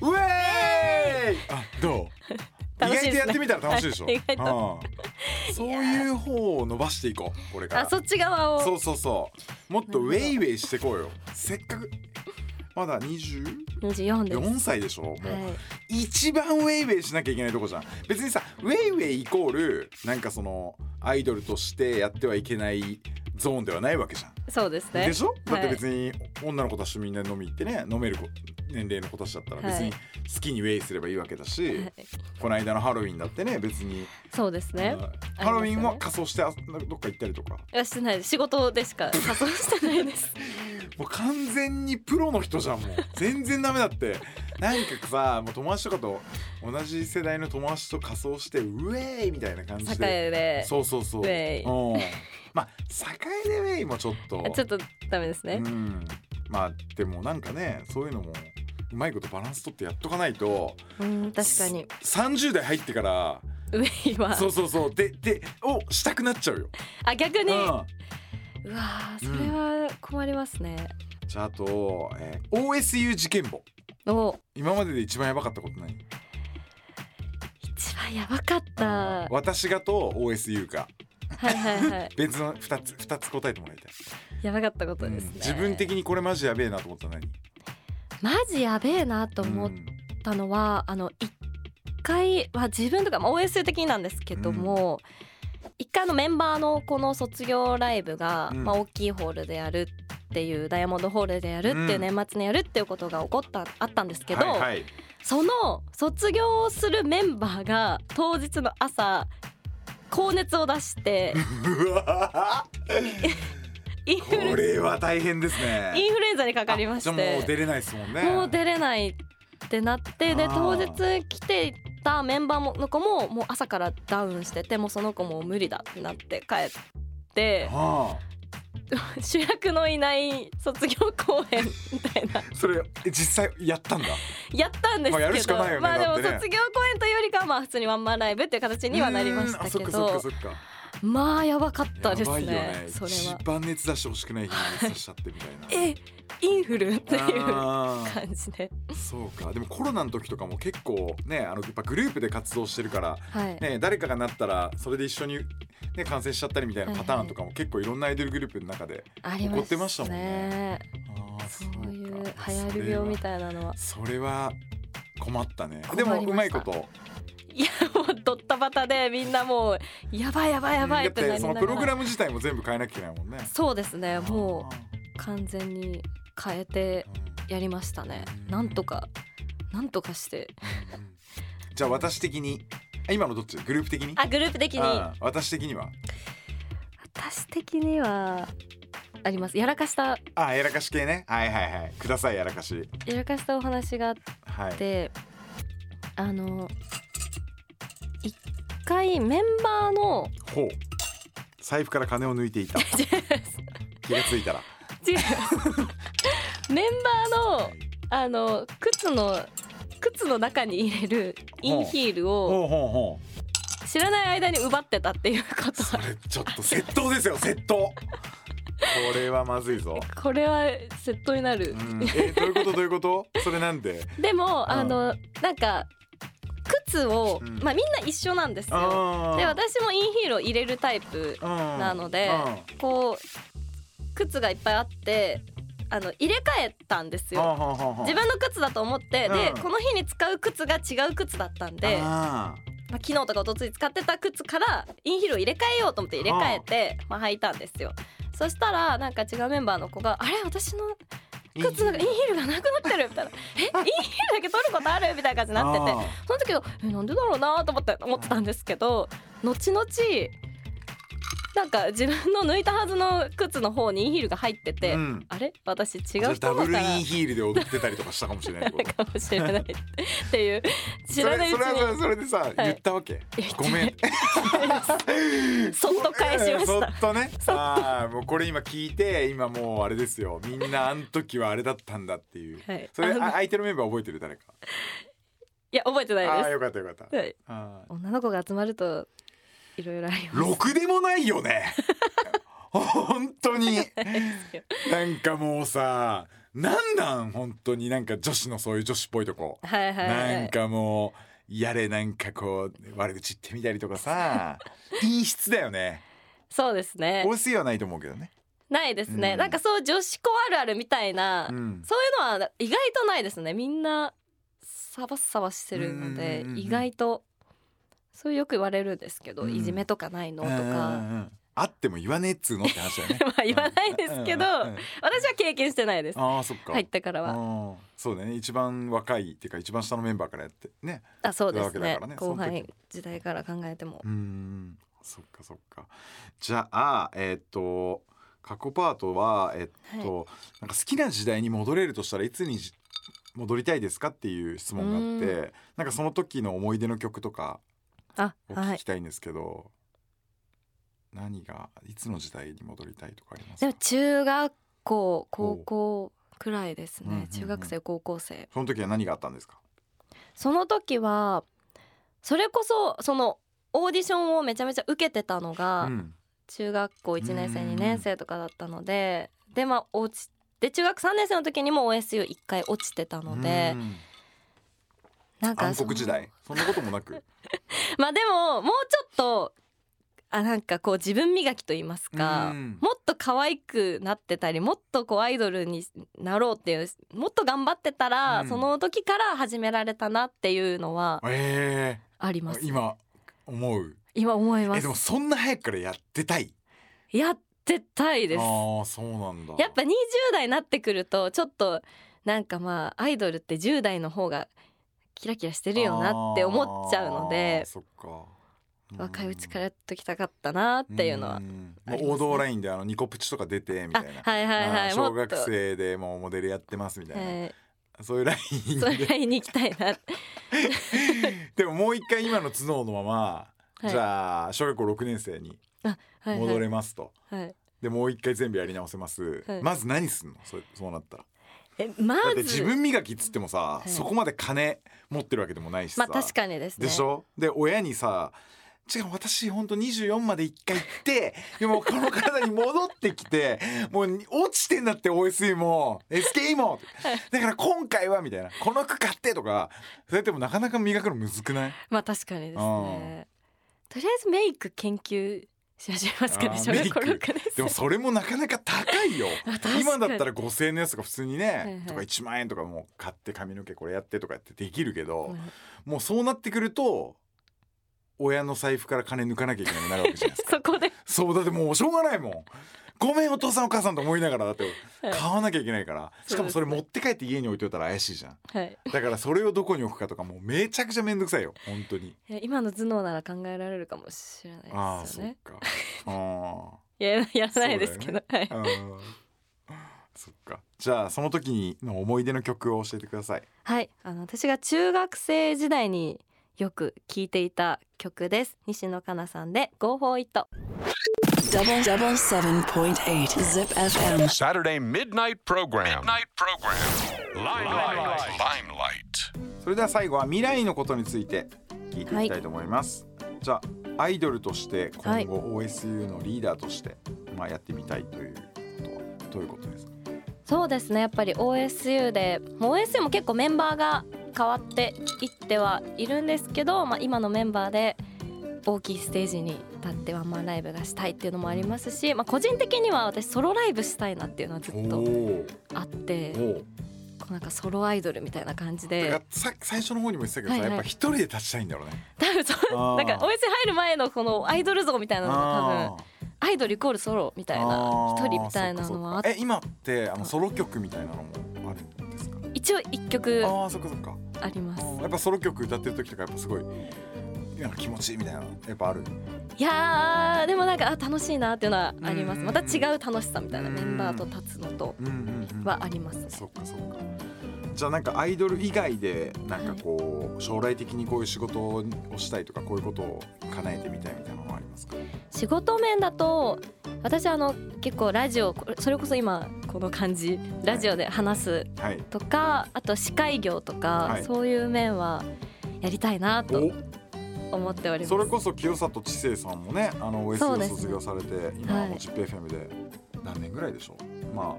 [SPEAKER 4] ウェーイあどう
[SPEAKER 5] <laughs> 楽しいですね
[SPEAKER 4] 意外とやってみたら楽しいで
[SPEAKER 5] <laughs>
[SPEAKER 4] しょ、
[SPEAKER 5] はい意外
[SPEAKER 4] うん、そういう方を伸ばしていこうこれから
[SPEAKER 5] あそっち側を
[SPEAKER 4] そうそうそうもっとウェイウェイしてこうよせっかくまだ24
[SPEAKER 5] 24です
[SPEAKER 4] 歳でしょもう、
[SPEAKER 5] はい
[SPEAKER 4] 一番ウェイウェイしなきゃいけないとこじゃん別にさウェイウェイイコールなんかそのアイドルとしてやってはいけないゾーンではないわけじゃん
[SPEAKER 5] そうですね
[SPEAKER 4] でしょ、だって
[SPEAKER 5] に
[SPEAKER 4] 別に女の子たちとみんな飲み行ってね飲める子年齢の子たちだったら別に
[SPEAKER 5] は
[SPEAKER 4] 好きにウェイすればいいわけだし、この間のハロウィンだってね別に、
[SPEAKER 5] そうですね
[SPEAKER 4] あ
[SPEAKER 5] あ
[SPEAKER 4] ハロウィンは
[SPEAKER 5] りま
[SPEAKER 4] 仮装してあどっか行ったりとか
[SPEAKER 5] いやしてないです仕事でしか仮装してないです
[SPEAKER 4] もう完全にプロの人じゃんもう <laughs> 全然ダメだってなんかさもう友達とかと同じ世代の友達と仮装してウェーイみたいな感じで
[SPEAKER 5] 栄で
[SPEAKER 4] そうそうそう
[SPEAKER 5] ウェイ
[SPEAKER 4] うん、まあ栄でウェイもちょっと
[SPEAKER 5] ちょっとダメですね
[SPEAKER 4] うんまあでもなんかねそういうのもうまいことバランス取ってやっとかないと
[SPEAKER 5] うん確かに
[SPEAKER 4] 30代入ってから
[SPEAKER 5] ウェイは
[SPEAKER 4] そうそうそうででをしたくなっちゃうよ、
[SPEAKER 5] あ逆
[SPEAKER 4] う、
[SPEAKER 5] にうんわーそれは困りますね
[SPEAKER 4] じゃああと、えー OSU 事件簿
[SPEAKER 5] お
[SPEAKER 4] 今までで一番やばかったこと何
[SPEAKER 5] 一番やばかったは
[SPEAKER 4] 私がと OSU か
[SPEAKER 5] いはいはい
[SPEAKER 4] 別の2つ二つ答えてもらいたい、
[SPEAKER 5] やばかったことです
[SPEAKER 4] う
[SPEAKER 5] ね
[SPEAKER 4] ん自分的にこれマジやべえなと思ったの何
[SPEAKER 5] マジやべえなと思っ
[SPEAKER 4] うん
[SPEAKER 5] ったのはあの一回は自分とか、まあ、OS 的なんですけども、一回あのメンバーのこの卒業ライブが、
[SPEAKER 4] うん
[SPEAKER 5] まあ、大きいホールでやるっていうダイヤモンドホールでやるっていううん年末にやるっていうことが起こったあったんですけど、
[SPEAKER 4] は
[SPEAKER 5] <laughs>
[SPEAKER 4] いはい、
[SPEAKER 5] その卒業をするメンバーが当日の朝高熱を出して
[SPEAKER 4] <laughs> うわ
[SPEAKER 5] インフ
[SPEAKER 4] こ
[SPEAKER 5] ル
[SPEAKER 4] れは大変ですね
[SPEAKER 5] インフルエンザにかかりまして
[SPEAKER 4] あじゃあもう出れないですもんね
[SPEAKER 5] もう出れないってなって
[SPEAKER 4] あ
[SPEAKER 5] で
[SPEAKER 4] ー
[SPEAKER 5] 当日来ていたメンバーもの子ももう朝からダウンしててもうその子もう無理だってなって帰って
[SPEAKER 4] はあ
[SPEAKER 5] 主役のいない卒業公演みたいな <laughs>
[SPEAKER 4] それえ実際やったんだ
[SPEAKER 5] やったんです
[SPEAKER 4] まあやる
[SPEAKER 5] け
[SPEAKER 4] し
[SPEAKER 5] ど
[SPEAKER 4] かないよね
[SPEAKER 5] まあでも
[SPEAKER 4] だってね
[SPEAKER 5] 卒業公演というよりかはまあ普通にワンマンライブっていう形にはなりましたけ
[SPEAKER 4] うーんあそっかそっか
[SPEAKER 5] ど
[SPEAKER 4] そっか
[SPEAKER 5] まあやばかったで
[SPEAKER 4] や
[SPEAKER 5] す
[SPEAKER 4] ばいよ
[SPEAKER 5] ね
[SPEAKER 4] ね
[SPEAKER 5] それは
[SPEAKER 4] 一番熱出してほしくない日に熱出しちゃってみたいな
[SPEAKER 5] <laughs> えインフルっていう感
[SPEAKER 4] あー
[SPEAKER 5] じで
[SPEAKER 4] そうかでもコロナの時とかも結構ねあのやっぱグループで活動してるから、
[SPEAKER 5] はい
[SPEAKER 4] ね、誰かがなったらそれで一緒に、ね、感染しちゃったりみたいなパターンとかも結構いろんなアイドルグループの中で、
[SPEAKER 5] ありま
[SPEAKER 4] 怒ってました
[SPEAKER 5] す
[SPEAKER 4] もんね
[SPEAKER 5] ね
[SPEAKER 4] あー
[SPEAKER 5] そ
[SPEAKER 4] か
[SPEAKER 5] ういう流行る病みたいなのは
[SPEAKER 4] それは困ったね
[SPEAKER 5] 困
[SPEAKER 4] で
[SPEAKER 5] りま
[SPEAKER 4] も
[SPEAKER 5] した
[SPEAKER 4] うまいこと
[SPEAKER 5] いやもうドッタバタでみんなもうやばいやばいやばい
[SPEAKER 4] だ
[SPEAKER 5] っ
[SPEAKER 4] って
[SPEAKER 5] な
[SPEAKER 4] て
[SPEAKER 5] り
[SPEAKER 4] そ
[SPEAKER 5] な
[SPEAKER 4] の
[SPEAKER 5] が
[SPEAKER 4] プログ
[SPEAKER 5] ら
[SPEAKER 4] ラム自体も全部変えなきゃいけないもんね
[SPEAKER 5] そうですねも
[SPEAKER 4] あー
[SPEAKER 5] う完全に変えてやりましたねなんとかなんとかして
[SPEAKER 4] じゃあ私的にあ今のどっちグループ的に
[SPEAKER 5] あグループ的に
[SPEAKER 4] あ私的には
[SPEAKER 5] 私的にはありますやらかした
[SPEAKER 4] あやらかし系ねはいはいはいくださいやらかし
[SPEAKER 5] やらかしたお話があっ
[SPEAKER 4] はい
[SPEAKER 5] てあの一回メンバーの
[SPEAKER 4] ほう財布から金を抜いてい
[SPEAKER 5] <laughs>
[SPEAKER 4] た気がついたら
[SPEAKER 5] 違う <laughs> メンバーのあの靴の靴の中に入れるインヒールを
[SPEAKER 4] ほうほうほう
[SPEAKER 5] 知らない間に奪ってたっていうこと
[SPEAKER 4] そ
[SPEAKER 5] は
[SPEAKER 4] れちょっと窃盗ですよ窃盗これはまずいぞ、
[SPEAKER 5] これは窃盗になる
[SPEAKER 4] う、ん、えどういうことどういうことそれなんで
[SPEAKER 5] でも
[SPEAKER 4] ん
[SPEAKER 5] あのなんか靴を、
[SPEAKER 4] うん
[SPEAKER 5] まあみんな一緒なんですよ
[SPEAKER 4] あ
[SPEAKER 5] で私もインヒールを入れるタイプな
[SPEAKER 4] な
[SPEAKER 5] のでこう靴がいっぱいあってあの入れ替えたんですよ自分の靴だと思って、で
[SPEAKER 4] うん
[SPEAKER 5] この日に使う靴が違う靴だったんで、まあ、
[SPEAKER 4] あ
[SPEAKER 5] 昨日とか一昨日使ってた靴からインヒールを入れ替えようと思って入れ替えて、まあ、履いたんですよそしたらなんか違うメンバーの子が「あれ私の靴がインヒールがなくなってる」みたいな「えインヒールだけ取ることある?」みたいな感じになってて
[SPEAKER 4] て
[SPEAKER 5] その時はえなんでだろうなと思って思ってたんですけど後々なんか自分の抜いたはずの靴の方にインヒールが入ってて、
[SPEAKER 4] うん
[SPEAKER 5] あれ私違
[SPEAKER 4] じゃ
[SPEAKER 5] う
[SPEAKER 4] あ
[SPEAKER 5] 人だ
[SPEAKER 4] ダ
[SPEAKER 5] か
[SPEAKER 4] ブルイ
[SPEAKER 5] ら
[SPEAKER 4] ンヒールで踊ってたりとかしたかもしれないってこと
[SPEAKER 5] かもしれないっていう <laughs> 知
[SPEAKER 4] そ
[SPEAKER 5] ら
[SPEAKER 4] れ
[SPEAKER 5] ないうち
[SPEAKER 4] それは
[SPEAKER 5] に
[SPEAKER 4] それでさ言ったわけごめん
[SPEAKER 5] そっと返しまし
[SPEAKER 4] <laughs> そ
[SPEAKER 5] た
[SPEAKER 4] っとねああもうこれ今聞いて今もうあれですよみんなあの時はあれだったんだっていう、
[SPEAKER 5] はい
[SPEAKER 4] それ
[SPEAKER 5] あの
[SPEAKER 4] あ相手のメンバー覚えてる誰か
[SPEAKER 5] いや覚えてない
[SPEAKER 4] ああ
[SPEAKER 5] で
[SPEAKER 4] よかったよかった
[SPEAKER 5] す、はい、
[SPEAKER 4] あ
[SPEAKER 5] 女の子が集まるといろいろあり
[SPEAKER 4] ーろくでもない
[SPEAKER 5] <laughs>
[SPEAKER 4] よね本当に
[SPEAKER 5] ますよ
[SPEAKER 4] なんかもうさなんなん本当になんか女子のそういう女子っぽいとこ
[SPEAKER 5] はいはいは
[SPEAKER 4] なん
[SPEAKER 5] い
[SPEAKER 4] かもうやれなんかこう悪口言ってみたりとかさ陰湿だよね
[SPEAKER 5] そうですね
[SPEAKER 4] 多すぎはないと思うけどね
[SPEAKER 5] ないですね、
[SPEAKER 4] うん
[SPEAKER 5] なんかそう女子校あるあるみたいな、
[SPEAKER 4] うん
[SPEAKER 5] そういうのは意外とないですねみんなサバサバしてるので
[SPEAKER 4] うんうんうん
[SPEAKER 5] 意外とそうよく言われるんですけど、
[SPEAKER 4] うん
[SPEAKER 5] いじめとかないのとか、 <laughs>
[SPEAKER 4] うんうんうんあっても言わねえっつうのって話だよね
[SPEAKER 5] まあ言わないですけど、
[SPEAKER 4] うんうんうん
[SPEAKER 5] 私は経験してないです
[SPEAKER 4] ああそっか、
[SPEAKER 5] 入ってからは
[SPEAKER 4] あーそうだね一番若いっていうか一番下のメンバーからやってね
[SPEAKER 5] あそうです
[SPEAKER 4] なわけだ
[SPEAKER 5] ね
[SPEAKER 4] からね
[SPEAKER 5] 後
[SPEAKER 4] その
[SPEAKER 5] 輩
[SPEAKER 4] 時
[SPEAKER 5] 時代から考えても
[SPEAKER 4] うーんそっかそっかじゃあえーっと過去パートはえっと、なんか好きな時代に戻れるとしたらいつにじ戻りたいですかっていう質問があっ
[SPEAKER 5] う
[SPEAKER 4] てなんかその時の思い出の曲とか
[SPEAKER 5] あ
[SPEAKER 4] を
[SPEAKER 5] は
[SPEAKER 4] 聞
[SPEAKER 5] い
[SPEAKER 4] きたいんですけど、何がいつの時代に戻りたいとかあります
[SPEAKER 5] でも
[SPEAKER 4] か
[SPEAKER 5] 中学校高校くらいですね、
[SPEAKER 4] うんうんうん
[SPEAKER 5] 中学生高校生
[SPEAKER 4] その時は何があったんですか
[SPEAKER 5] その時はそれこそそのオーディションをめちゃめちゃ受けてたのが、
[SPEAKER 4] うん
[SPEAKER 5] 中学校1年生
[SPEAKER 4] うん
[SPEAKER 5] 2年生とかだったのででまあ落ちで中学3年生の時にも OSU1 回落ちてたので
[SPEAKER 4] うん
[SPEAKER 5] なんか
[SPEAKER 4] 暗
[SPEAKER 5] その
[SPEAKER 4] 黒時代そんなことも
[SPEAKER 5] <laughs>
[SPEAKER 4] なく
[SPEAKER 5] まあでももうちょっとあなんかこう自分磨きと言いますか、
[SPEAKER 4] うん
[SPEAKER 5] もっと可愛くなってたりもっとこうアイドルになろうっていうもっと頑張ってたら、
[SPEAKER 4] うん
[SPEAKER 5] その時から始められたなっていうのは
[SPEAKER 4] え
[SPEAKER 5] あり
[SPEAKER 4] え
[SPEAKER 5] ます
[SPEAKER 4] 今思う
[SPEAKER 5] 今思いま
[SPEAKER 4] え
[SPEAKER 5] す
[SPEAKER 4] でもそんな早くからやってたい
[SPEAKER 5] やってたいです
[SPEAKER 4] ああそうなんだ
[SPEAKER 5] やっぱ20代になってくるとちょっとなんかまあアイドルって10代の方がキラキラしてるよなって思っちゃうの
[SPEAKER 4] あー
[SPEAKER 5] で
[SPEAKER 4] そっか
[SPEAKER 5] 若いうちからやっときたかったなっていうのは
[SPEAKER 4] ん
[SPEAKER 5] ありますね
[SPEAKER 4] もう王道ラインであのニコプチとか出てみた
[SPEAKER 5] あ
[SPEAKER 4] いな
[SPEAKER 5] はいはいは
[SPEAKER 4] あー
[SPEAKER 5] いも
[SPEAKER 4] 小
[SPEAKER 5] っ
[SPEAKER 4] 学
[SPEAKER 5] と、
[SPEAKER 4] 生でもうモデルやってますみたいな、
[SPEAKER 5] え
[SPEAKER 4] そういうライ
[SPEAKER 5] ー、
[SPEAKER 4] ン
[SPEAKER 5] それぐ
[SPEAKER 4] で
[SPEAKER 5] らいに行きたいな
[SPEAKER 4] <laughs> でももう一回今の頭脳のまま、
[SPEAKER 5] はい
[SPEAKER 4] じゃあ小学校6年生に
[SPEAKER 5] はい
[SPEAKER 4] 戻
[SPEAKER 5] は
[SPEAKER 4] れ
[SPEAKER 5] い、
[SPEAKER 4] ますと、
[SPEAKER 5] はい、
[SPEAKER 4] でもう一回全部やり直せます、
[SPEAKER 5] はい
[SPEAKER 4] まず何すんのそそうなったら
[SPEAKER 5] えま
[SPEAKER 4] だって自
[SPEAKER 5] ず
[SPEAKER 4] 分磨きっつってもさ、
[SPEAKER 5] はい
[SPEAKER 4] そこまで金持ってるわけでもないしさ、
[SPEAKER 5] まあ確かにですね
[SPEAKER 4] でしょで親にさ「違う私ほんと24まで一回行ってでもこの体に戻ってきてもう落ちてんだって OSE も SKE もだから今回は」みたいな「この服買って」とかそれでもなかなか磨くのむずくない
[SPEAKER 5] まあ確かにですねとりあえずメイク研究し始めますか
[SPEAKER 4] あ
[SPEAKER 5] ね
[SPEAKER 4] ー
[SPEAKER 5] 小学校
[SPEAKER 4] メイ
[SPEAKER 5] 6
[SPEAKER 4] ク
[SPEAKER 5] 年
[SPEAKER 4] で
[SPEAKER 5] 生
[SPEAKER 4] もそれもなかなか高
[SPEAKER 5] <laughs>
[SPEAKER 4] いよ
[SPEAKER 5] 確かに
[SPEAKER 4] 今だったら5,000円のやつとか普通にね、
[SPEAKER 5] はい
[SPEAKER 4] とか1万円とかもう買って髪の毛これやってとかやってできるけど、
[SPEAKER 5] うん
[SPEAKER 4] もうそうなってくると親の財布から金抜かなきゃいけないようになるわけじゃないですか
[SPEAKER 5] そこで
[SPEAKER 4] そうだってもうしょうがないもんごめんお父さんお母さんと思いながらだって
[SPEAKER 5] はい
[SPEAKER 4] 買わなきゃいけないから、しかもそれ持って帰って家に置いといたら怪しいじゃん
[SPEAKER 5] はい
[SPEAKER 4] だからそれをどこに置くかとかもうめちゃくちゃめんどくさいよ本当に
[SPEAKER 5] いや今の頭脳なら考えられるかもしれないで
[SPEAKER 4] ああ
[SPEAKER 5] す
[SPEAKER 4] そ
[SPEAKER 5] よ
[SPEAKER 4] っ
[SPEAKER 5] ね
[SPEAKER 4] かあ
[SPEAKER 5] いややら <laughs> ないですけど、はい
[SPEAKER 4] あうんそっかじゃあその時の思い出の曲を教えてください
[SPEAKER 5] はい、あの私が中学生時代によく聴いていた曲です。西野カナさんで Go for it。
[SPEAKER 2] Double double seven point eight zip FM.
[SPEAKER 3] Saturday midnight program. Midnight program. Limelight. Limelight.
[SPEAKER 4] それでは最後は未来のことについて聞いていきたいと思います、じゃあアイドルとして
[SPEAKER 5] は
[SPEAKER 4] 今
[SPEAKER 5] い
[SPEAKER 4] 後 OSU のリーダーとして、まあ、やってみたいということはどういうことですか
[SPEAKER 5] そうですね。やっぱり OSU で、もう OSU も結構メンバーが変わっていってはいるんですけど、まあ今のメンバーで大きいステージに立ってワンマンライブがしたいっていうのもありますし、まあ個人的には私ソロライブしたいなっていうのはずっと
[SPEAKER 4] お
[SPEAKER 5] あって、こ
[SPEAKER 4] お
[SPEAKER 5] うなんかソロアイドルみたいな感じで。
[SPEAKER 4] さ最初の方にも言ってたけどさ、
[SPEAKER 5] はいはい
[SPEAKER 4] やっぱ一人で立ちたいんだろうね
[SPEAKER 5] 多分そう
[SPEAKER 4] あー
[SPEAKER 5] なんかお店入る前のこのアイドル像みたいなのが多分アイドルイコールソロみたいな
[SPEAKER 4] あー
[SPEAKER 5] 一人みたいなのはあ
[SPEAKER 4] そ
[SPEAKER 5] っ
[SPEAKER 4] っかそっかえ今ってあのソロ曲みたいなのもあるんですか
[SPEAKER 5] 一応一曲
[SPEAKER 4] ああそっかそっか
[SPEAKER 5] あります
[SPEAKER 4] やっぱソロ曲歌ってる時とかやっぱすごいなんか気持ちいいみたいなやっぱある
[SPEAKER 5] いやーでもなんかあ楽しいなっていうのはあります
[SPEAKER 4] うん
[SPEAKER 5] また違う楽しさみたいなメンバーと立つのと
[SPEAKER 4] うんうんうん
[SPEAKER 5] はありますね
[SPEAKER 4] そっかそっかじゃあなんかアイドル以外でなんかこう将来的にこういう仕事をしたいとかこういうことを叶えてみたいみたいなのはありますか
[SPEAKER 5] 仕事面だと私あの結構ラジオこれそれこそ今この感じラジオで話す
[SPEAKER 4] はい
[SPEAKER 5] とかあと司会業とか、
[SPEAKER 4] はい
[SPEAKER 5] そういう面はやりたいなと思っております
[SPEAKER 4] それこそ清里知世さんもねあの
[SPEAKER 5] そう
[SPEAKER 4] OS
[SPEAKER 5] で
[SPEAKER 4] です
[SPEAKER 5] ね
[SPEAKER 4] 卒業されて今
[SPEAKER 5] は
[SPEAKER 4] はいもう ZIPFM で何年ぐらいでしょうま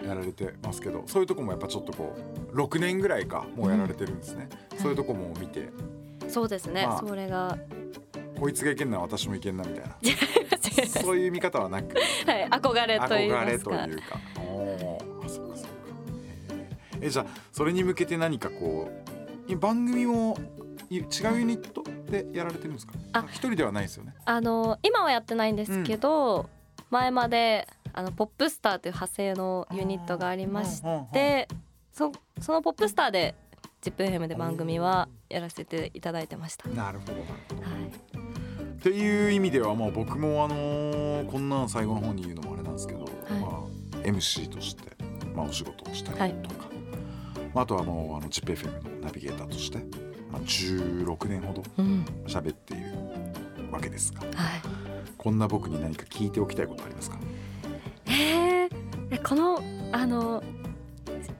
[SPEAKER 4] あやられてますけどそういうとこもやっぱちょっとこう6年ぐらいかもうやられてるんですね、
[SPEAKER 5] ん
[SPEAKER 4] そういうとこも見て、
[SPEAKER 5] そうですね、
[SPEAKER 4] まあ
[SPEAKER 5] それが
[SPEAKER 4] こいつがいけんなら私もいけんなみたい
[SPEAKER 5] <laughs>
[SPEAKER 4] なそういう見方はなく
[SPEAKER 5] はい、憧れと言い
[SPEAKER 4] 憧
[SPEAKER 5] ま
[SPEAKER 4] れ
[SPEAKER 5] す
[SPEAKER 4] と
[SPEAKER 5] か
[SPEAKER 4] いうか。おーあそうかそうかへーえじゃあそれに向けて何かこうい番組もい違うユニットでやられてるんですか
[SPEAKER 5] あ
[SPEAKER 4] 一人ではないですよね
[SPEAKER 5] あの今はやってないんですけど、前まであのポップスターという派生のユニットがありまし
[SPEAKER 4] うんうんうん
[SPEAKER 5] てそそのポップスターで ZIPFM で番組はやらせていただいてました。は
[SPEAKER 4] なるほどなるほど
[SPEAKER 5] い、
[SPEAKER 4] っていう意味ではまあ僕もあのーこんなん最後の方に言うのもあれなんですけど、
[SPEAKER 5] い
[SPEAKER 4] まあ、MC として、まあ、お仕事をした
[SPEAKER 5] は
[SPEAKER 4] り
[SPEAKER 5] い
[SPEAKER 4] とか、まあ、あとはもうあの ZIPFM のナビゲーターとして、まあ、16年ほど
[SPEAKER 5] うん
[SPEAKER 4] 喋っているわけですが
[SPEAKER 5] はい
[SPEAKER 4] こんな僕に何か聞いておきたいことありますか
[SPEAKER 5] えー、えこのあの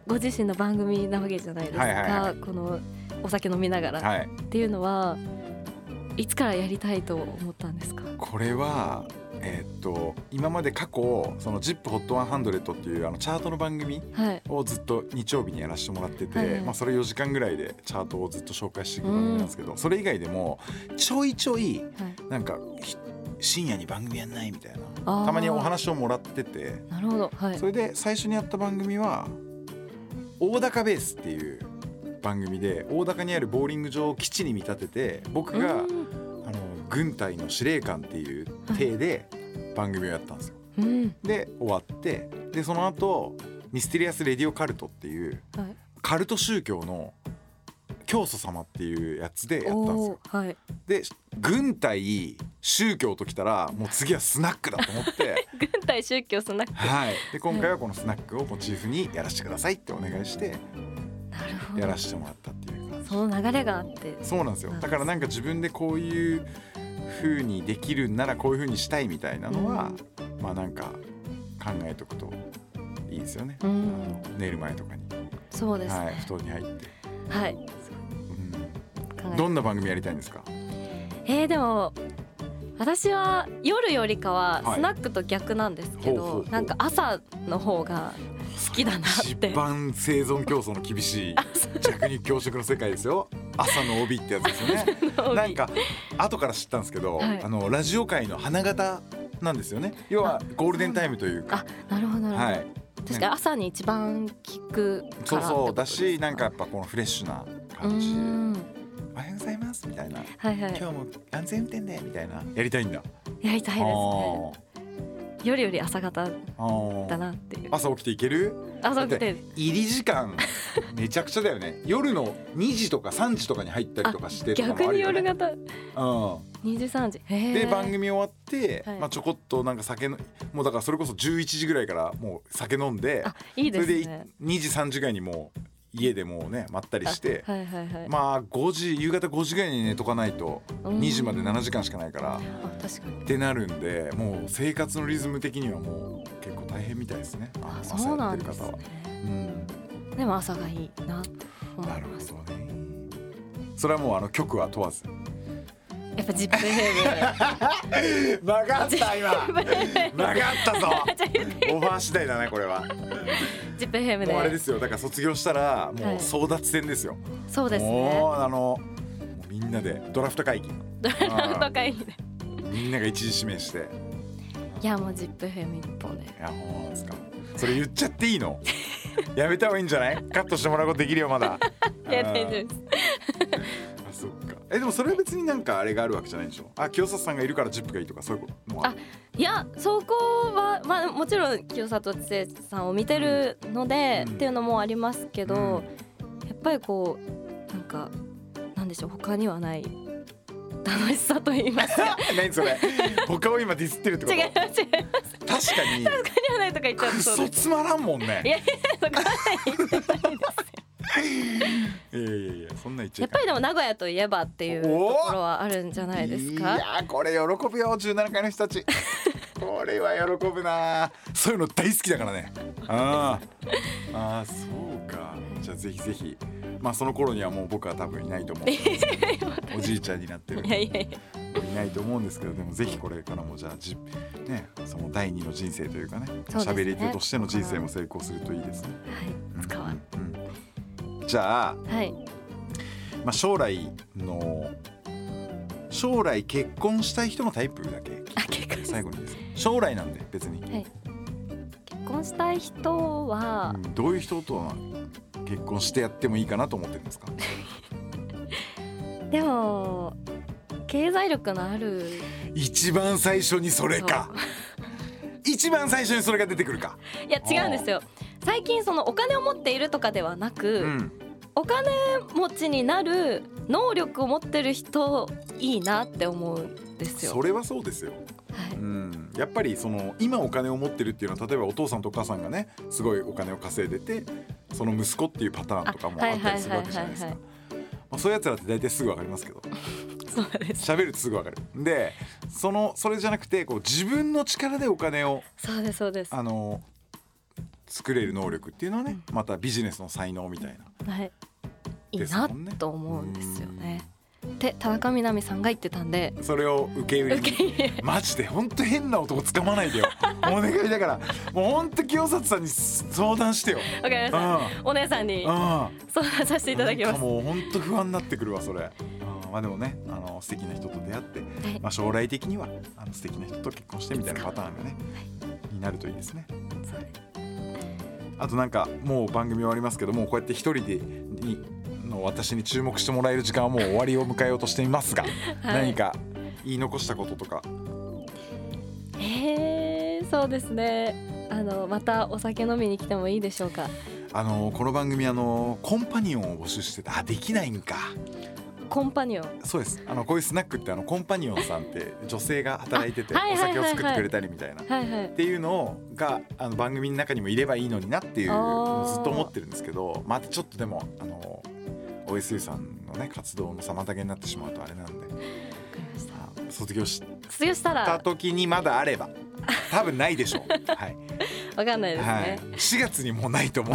[SPEAKER 5] ご自身の番組なわけじゃないですか、
[SPEAKER 4] はいはいは
[SPEAKER 5] このお酒飲みながら
[SPEAKER 4] はい
[SPEAKER 5] っていうのは、い、つからやりたいと思ったんですか
[SPEAKER 4] これはえーっと今まで過去その ZIPHOT100 っていうあのチャートの番組
[SPEAKER 5] はい
[SPEAKER 4] をずっと日曜日にやらせてもらってて、
[SPEAKER 5] はいはい
[SPEAKER 4] まあ、それ4時間ぐらいでチャートをずっと紹介していく番組なんですけど、それ以外でもちょいちょい
[SPEAKER 5] はい
[SPEAKER 4] なんかひ深夜に番組やんないみたい
[SPEAKER 5] あー
[SPEAKER 4] なたまにお話をもらってて
[SPEAKER 5] なるほどはい
[SPEAKER 4] それで最初にやった番組は大高ベースっていう番組で大高にあるボーリング場を基地に見立てて僕が
[SPEAKER 5] うん
[SPEAKER 4] あの軍隊の司令官っていう体で番組をやったんですよ。
[SPEAKER 5] うん
[SPEAKER 4] で終わってでその後ミステリアス・レディオ・カルトっていう
[SPEAKER 5] はい、
[SPEAKER 4] カルト宗教の教祖様っていうやつでやったんですよ。
[SPEAKER 5] おーはい、
[SPEAKER 4] で軍隊宗教ときたらもう次はスナックだと
[SPEAKER 5] <laughs>
[SPEAKER 4] 思って、
[SPEAKER 5] 軍隊宗教スナック
[SPEAKER 4] はい、で今回はこのスナックをモチーフにやらせてくださいってお願いして
[SPEAKER 5] なるほ
[SPEAKER 4] や
[SPEAKER 5] ど
[SPEAKER 4] らせてもらったっていう感じ
[SPEAKER 5] その流れがあって
[SPEAKER 4] そうなんですよだからなんか自分でこういう風にできるんならこういう風にしたいみたいなのは、まあなんか考えとくといいですよね、
[SPEAKER 5] うん
[SPEAKER 4] 寝る前とかに、
[SPEAKER 5] そうです
[SPEAKER 4] はい、
[SPEAKER 5] ね
[SPEAKER 4] 布団に入って、
[SPEAKER 5] はい、
[SPEAKER 4] う
[SPEAKER 5] 考
[SPEAKER 4] ん、
[SPEAKER 5] え
[SPEAKER 4] どんな番組やりたいんですか
[SPEAKER 5] えー、でも私は夜よりかは
[SPEAKER 4] はい
[SPEAKER 5] スナックと逆なんですけど、
[SPEAKER 4] ほうほうほう
[SPEAKER 5] なんか朝の方が好きだなっ
[SPEAKER 4] 一
[SPEAKER 5] て
[SPEAKER 4] 番生存競争の厳しい弱肉強食の世界ですよ朝の帯ってやつですよね
[SPEAKER 5] 帯
[SPEAKER 4] なんか後から知ったんですけど、
[SPEAKER 5] はい
[SPEAKER 4] あのラジオ界の花形なんですよね要はゴールデンタイムというか
[SPEAKER 5] あなるほどなるほど、
[SPEAKER 4] はい
[SPEAKER 5] 確かに朝に一番聞くか
[SPEAKER 4] そ
[SPEAKER 5] ら
[SPEAKER 4] うそうだ
[SPEAKER 5] ってことです
[SPEAKER 4] しなんかやっぱこのフレッシュな
[SPEAKER 5] う
[SPEAKER 4] 感じ
[SPEAKER 5] ん
[SPEAKER 4] おはようございますみたいな
[SPEAKER 5] はいは
[SPEAKER 4] 今
[SPEAKER 5] い
[SPEAKER 4] 日も安全運転でみたいなやりたいんだ
[SPEAKER 5] やりたいです
[SPEAKER 4] あ
[SPEAKER 5] ね
[SPEAKER 4] ー
[SPEAKER 5] 夜より朝方
[SPEAKER 4] あー
[SPEAKER 5] だなっていう
[SPEAKER 4] 朝起きていける
[SPEAKER 5] 朝起きて
[SPEAKER 4] 入り
[SPEAKER 5] <laughs>
[SPEAKER 4] 時間めちゃくちゃだよね夜の2時とか3時とかに入ったりとかしてとか
[SPEAKER 5] <laughs>
[SPEAKER 4] も
[SPEAKER 5] 逆
[SPEAKER 4] ある
[SPEAKER 5] に
[SPEAKER 4] よね
[SPEAKER 5] 夜型
[SPEAKER 4] うん
[SPEAKER 5] 2時3時へー
[SPEAKER 4] で番組終わって、
[SPEAKER 5] はい
[SPEAKER 4] まあ、ちょこっとなんか酒のもうだからそれこそ11時ぐらいからもう酒飲んで
[SPEAKER 5] あいいで
[SPEAKER 4] それ
[SPEAKER 5] す
[SPEAKER 4] で
[SPEAKER 5] ね
[SPEAKER 4] 2時3時ぐらいにもう家でもうねまったりして、
[SPEAKER 5] はいはいはい、
[SPEAKER 4] まあ5時夕方5時ぐらいに寝とかないと
[SPEAKER 5] うん
[SPEAKER 4] 2時まで7時間しかないからっ
[SPEAKER 5] あ確かに
[SPEAKER 4] てなるんでもう生活のリズム的にはもう結構大変みたいですね
[SPEAKER 5] あ
[SPEAKER 4] 朝
[SPEAKER 5] そう
[SPEAKER 4] や
[SPEAKER 5] な
[SPEAKER 4] っ
[SPEAKER 5] ん
[SPEAKER 4] てる
[SPEAKER 5] です
[SPEAKER 4] 方は。
[SPEAKER 5] ね
[SPEAKER 4] うん
[SPEAKER 5] でも朝がいいなって思
[SPEAKER 4] ないるほ
[SPEAKER 5] ます
[SPEAKER 4] どね。それはもうあの曲は問わず。
[SPEAKER 5] やっぱジップヘ
[SPEAKER 4] 曲がっ
[SPEAKER 5] <laughs>
[SPEAKER 4] た今。
[SPEAKER 5] ム
[SPEAKER 4] 曲がったぞ。オファー次第だねこれは。 <laughs>
[SPEAKER 5] ジップヘム
[SPEAKER 4] もうあれで
[SPEAKER 5] です
[SPEAKER 4] よ。だから卒業したら
[SPEAKER 5] は
[SPEAKER 4] もう
[SPEAKER 5] い
[SPEAKER 4] 争奪戦ですよ。
[SPEAKER 5] そうです
[SPEAKER 4] も
[SPEAKER 5] ね
[SPEAKER 4] うあのもうみんなでドラフト会議。
[SPEAKER 5] ド <laughs> ラフト会議で
[SPEAKER 4] みんなが一時指名して。
[SPEAKER 5] いやもうジップヘム一本で
[SPEAKER 4] いやもうなんですか。それ言っちゃっていい
[SPEAKER 5] <laughs>
[SPEAKER 4] の？やめた方がいいんじゃない？カットしてもらうことできるよまだ。
[SPEAKER 5] いや大丈夫です
[SPEAKER 4] あそっか。えでもそれは別になんかあれがあるわけじゃないんでしょ。あ清里さんがいるからジップがいいとかそういうこともある。
[SPEAKER 5] いやそこは、まあ、もちろん清里知世さんを見てるので、
[SPEAKER 4] うん
[SPEAKER 5] っていうのもありますけど、
[SPEAKER 4] うん
[SPEAKER 5] やっぱりこうなんかなんでしょう他にはない楽しさと言い
[SPEAKER 4] <laughs>
[SPEAKER 5] ますか
[SPEAKER 4] 何それ他を今ディスってるってこ
[SPEAKER 5] 違
[SPEAKER 4] と
[SPEAKER 5] う違う確か
[SPEAKER 4] 確かに
[SPEAKER 5] にはないとか言っちゃう
[SPEAKER 4] ク
[SPEAKER 5] とそう
[SPEAKER 4] ソ
[SPEAKER 5] です
[SPEAKER 4] つまらんもん
[SPEAKER 5] い
[SPEAKER 4] ね
[SPEAKER 5] やいやそこは言ってないです
[SPEAKER 4] いやいやいやそんな言っちゃ
[SPEAKER 5] や
[SPEAKER 4] い
[SPEAKER 5] っぱ
[SPEAKER 4] かん
[SPEAKER 5] りでも名古屋といえばっていうと
[SPEAKER 4] おー
[SPEAKER 5] ころはあるんじゃないですか
[SPEAKER 4] いやーこれ喜ぶよ17階の人た
[SPEAKER 5] <laughs>
[SPEAKER 4] ちこれは喜ぶなそういうの大好きだからねあーあーそうかじゃあぜひぜひまあその頃にはもう僕は多分いないと思うんですけ
[SPEAKER 5] <laughs>
[SPEAKER 4] どおじいちゃんになってるん
[SPEAKER 5] い
[SPEAKER 4] で
[SPEAKER 5] やいやいや
[SPEAKER 4] いないと思うんですけどでもぜひこれからもじゃあじねその第二の人生というかね
[SPEAKER 5] そうですね
[SPEAKER 4] 喋、り手としての人生も成功するといいですね
[SPEAKER 5] はい使わん
[SPEAKER 4] うんじゃあ、
[SPEAKER 5] はい
[SPEAKER 4] まあ、将来の将来結婚したい人のタイプだけ
[SPEAKER 5] あ結婚
[SPEAKER 4] 最後にです将来なんで別に、
[SPEAKER 5] 結婚したい人は
[SPEAKER 4] うんどういう人とは結婚してやってもいいかなと思ってるんですか
[SPEAKER 5] でも経済力のある
[SPEAKER 4] <laughs> 一番最初にそれか一番最初にそれが出てくるか、
[SPEAKER 5] いや違うんですよ最近そのお金を持っているとかではなく、
[SPEAKER 4] うん、
[SPEAKER 5] お金持ちになる能力を持ってる人いいなって思うんですよ
[SPEAKER 4] それはそうですよ
[SPEAKER 5] はい
[SPEAKER 4] うん、やっぱりその今お金を持ってるっていうのは例えばお父さんとお母さんがねすごいお金を稼いでてその息子っていうパターンとかも
[SPEAKER 5] あ
[SPEAKER 4] あったりするわけじゃないです
[SPEAKER 5] は
[SPEAKER 4] か
[SPEAKER 5] いは。
[SPEAKER 4] まあそういうやつらって大体すぐ分かりますけど
[SPEAKER 5] そうです
[SPEAKER 4] 喋るとすぐ分かるでそのそれじゃなくてこう自分の力でお金を
[SPEAKER 5] そうですそうですは
[SPEAKER 4] あの作れる能力っていうのはねまたビジネスの才能みたいない
[SPEAKER 5] いい
[SPEAKER 4] ですも
[SPEAKER 5] なん
[SPEAKER 4] ね
[SPEAKER 5] と思うんですよねって田中みな実さんが言ってたんで
[SPEAKER 4] それを受け売り
[SPEAKER 5] 受け
[SPEAKER 4] に
[SPEAKER 5] 入れ
[SPEAKER 4] マジでほんと変な男掴まない
[SPEAKER 5] <laughs>
[SPEAKER 4] でよお願いだからもうほんと清里さんに相談してよ。
[SPEAKER 5] わかりまし
[SPEAKER 4] う
[SPEAKER 5] た
[SPEAKER 4] ん
[SPEAKER 5] お姉さんに
[SPEAKER 4] うん
[SPEAKER 5] 相談させていただきま
[SPEAKER 4] なん
[SPEAKER 5] す
[SPEAKER 4] かもう本当不安になってくるわそれ。うんまあでもねあの素敵な人と出会って、
[SPEAKER 5] い
[SPEAKER 4] まあ将来的にはあの素敵な人と結婚してみたいなパターンがね、になるといいですね。はいあとなんかもう番組終わりますけどもうこうやって一人でにの私に注目してもらえる時間はもう終わりを迎えようとしていますが、何か言い残したこととか
[SPEAKER 5] えー、そうですねあのまたお酒飲みに来てもいいでしょうか
[SPEAKER 4] あのこの番組あのコンパニオンを募集してたあできないんか。
[SPEAKER 5] コンパニオン
[SPEAKER 4] そうですあのこういうスナックってあのコンパニオンさんって女性が働いてて
[SPEAKER 5] あはい
[SPEAKER 4] お
[SPEAKER 5] はいはいは
[SPEAKER 4] 酒を
[SPEAKER 5] い
[SPEAKER 4] 作ってくれたりみたいな。っ
[SPEAKER 5] はいはい
[SPEAKER 4] ていうのをがあの番組の中にもいればいいのになっていう
[SPEAKER 5] あー
[SPEAKER 4] のをずっと思ってるんですけどまたちょっとでもあの OSU さんのね活動の妨げになってしまうとあれなんで
[SPEAKER 5] わかりました
[SPEAKER 4] あ卒業し
[SPEAKER 5] 卒業した
[SPEAKER 4] た
[SPEAKER 5] ら
[SPEAKER 4] 時にまだあ
[SPEAKER 5] <laughs>
[SPEAKER 4] れば多分ないでしょう。はい
[SPEAKER 5] わかんないですね、
[SPEAKER 4] はい、4月にもうない
[SPEAKER 5] <laughs>
[SPEAKER 4] と思う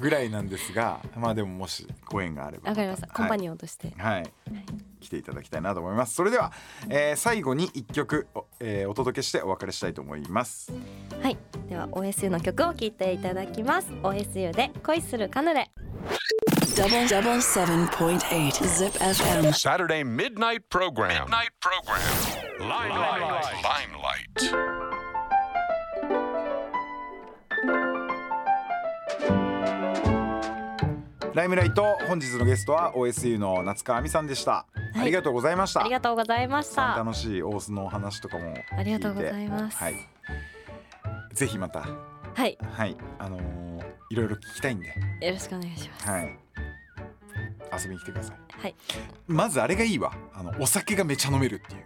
[SPEAKER 4] ぐらいなんですがまあでももしご縁があれば
[SPEAKER 5] わかりました。コン
[SPEAKER 4] は
[SPEAKER 5] パ
[SPEAKER 4] い
[SPEAKER 5] ニオンとして。
[SPEAKER 4] はい、来ていただきたいなと思いますそれでは、えー最後に1曲お,、えーお届けしてお別れしたいと思います
[SPEAKER 5] はい。では OSU の曲を聴いていただきます。OSU で恋するカヌレ。
[SPEAKER 2] Double double seven point eight zip FM.
[SPEAKER 3] Saturday midnight program. Midnight program. Limelight. Limelight.
[SPEAKER 4] 「ライムライト」本日のゲストは OSU の夏川亜美さんでしたありがとうございました
[SPEAKER 5] ありがとうございまし
[SPEAKER 4] さん
[SPEAKER 5] た。
[SPEAKER 4] 楽しい大須のお話とかも
[SPEAKER 5] ありがとうございます
[SPEAKER 4] はいぜひまた
[SPEAKER 5] はい、
[SPEAKER 4] はいあのーいろいろ聞きたいんで
[SPEAKER 5] よろしくお願いします。
[SPEAKER 4] はい遊びに来てください
[SPEAKER 5] はい、
[SPEAKER 4] まずあれがいいわあのお酒がめちゃ飲めるっていう、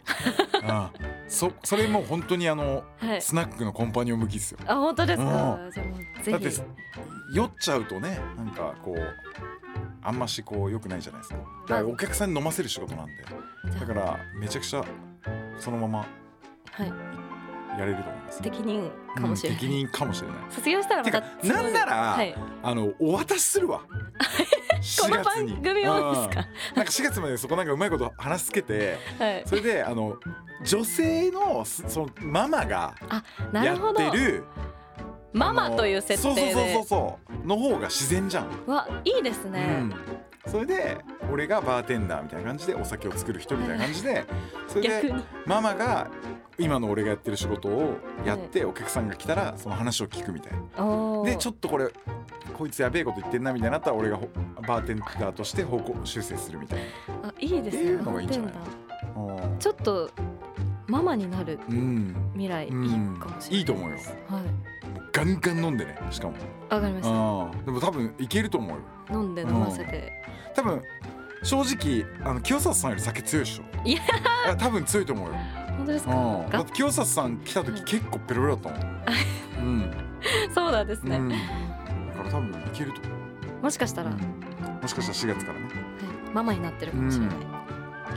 [SPEAKER 5] <laughs>
[SPEAKER 4] うん、そそれもう本当にあの
[SPEAKER 5] はい。
[SPEAKER 4] スナックのコンパニオン向きですよ
[SPEAKER 5] あ、本当ですか。
[SPEAKER 4] う
[SPEAKER 5] じゃあもう
[SPEAKER 4] だっ
[SPEAKER 5] ぜ
[SPEAKER 4] て
[SPEAKER 5] ひ。
[SPEAKER 4] 酔っちゃうとねなんかこうあんましこう良くないじゃないですかだからお客さんに飲ませる仕事なんでだからめちゃくちゃそのまま
[SPEAKER 5] はい、
[SPEAKER 4] やれると思います、
[SPEAKER 5] 適任かもしれない。
[SPEAKER 4] うん適任かもしれない
[SPEAKER 5] 卒業したらまた
[SPEAKER 4] てかなんなら
[SPEAKER 5] はい、
[SPEAKER 4] あのお渡しする
[SPEAKER 5] <laughs>
[SPEAKER 4] わ
[SPEAKER 5] こ
[SPEAKER 4] 4
[SPEAKER 5] の
[SPEAKER 4] 月に
[SPEAKER 5] 番組をですか。
[SPEAKER 4] うんなんか4月までそこなんかうまいこと話しつけて
[SPEAKER 5] はい。
[SPEAKER 4] それであの女性のすそのママが
[SPEAKER 5] あ、な
[SPEAKER 4] や
[SPEAKER 5] るほど。
[SPEAKER 4] ってる
[SPEAKER 5] マ
[SPEAKER 4] あ
[SPEAKER 5] マ
[SPEAKER 4] の
[SPEAKER 5] という設
[SPEAKER 4] そうそう
[SPEAKER 5] 定
[SPEAKER 4] そうそ
[SPEAKER 5] で
[SPEAKER 4] う。そうの方が自然じゃん、
[SPEAKER 5] わ、いいです
[SPEAKER 4] う
[SPEAKER 5] ね
[SPEAKER 4] ん。それで俺がバーテンダーみたいな感じでお酒を作る人みたいな感じでそれ
[SPEAKER 5] 逆
[SPEAKER 4] で
[SPEAKER 5] に。
[SPEAKER 4] ママが今の俺がやってる仕事をやってお客さんが来たらその話を聞くみたいな
[SPEAKER 5] おお。
[SPEAKER 4] でちょっとこれこいつやべえこと言ってんなみたいになったら俺がほバーテンダーとして方向修正するみたい
[SPEAKER 5] あ、いいです
[SPEAKER 4] ってい
[SPEAKER 5] ね。
[SPEAKER 4] うのがいいんじゃない
[SPEAKER 5] バーテンダー
[SPEAKER 4] なうん
[SPEAKER 5] ちょっとママになる
[SPEAKER 4] うん
[SPEAKER 5] 未来いいか
[SPEAKER 4] うん
[SPEAKER 5] もしれない。
[SPEAKER 4] いいと思うよ
[SPEAKER 5] はい。
[SPEAKER 4] ガンガン飲んでねしかも
[SPEAKER 5] わかりまし
[SPEAKER 4] うんでも多分いけると思うよ
[SPEAKER 5] た。飲んで飲ませて。
[SPEAKER 4] 多分正直あの清里さんより酒強いでしょ
[SPEAKER 5] いや
[SPEAKER 4] いや多分強いと思うよ
[SPEAKER 5] 本当ですか。
[SPEAKER 4] うん、だ
[SPEAKER 5] が
[SPEAKER 4] って清里さん来た時結構ペロペロだったも <laughs> ん。
[SPEAKER 5] そうなんです
[SPEAKER 4] うん、
[SPEAKER 5] ね。
[SPEAKER 4] うん。だから多分いけると思う。
[SPEAKER 5] もしかしたら、はい、
[SPEAKER 4] もしかしたら4月からね、
[SPEAKER 5] ママになってるかもしれない。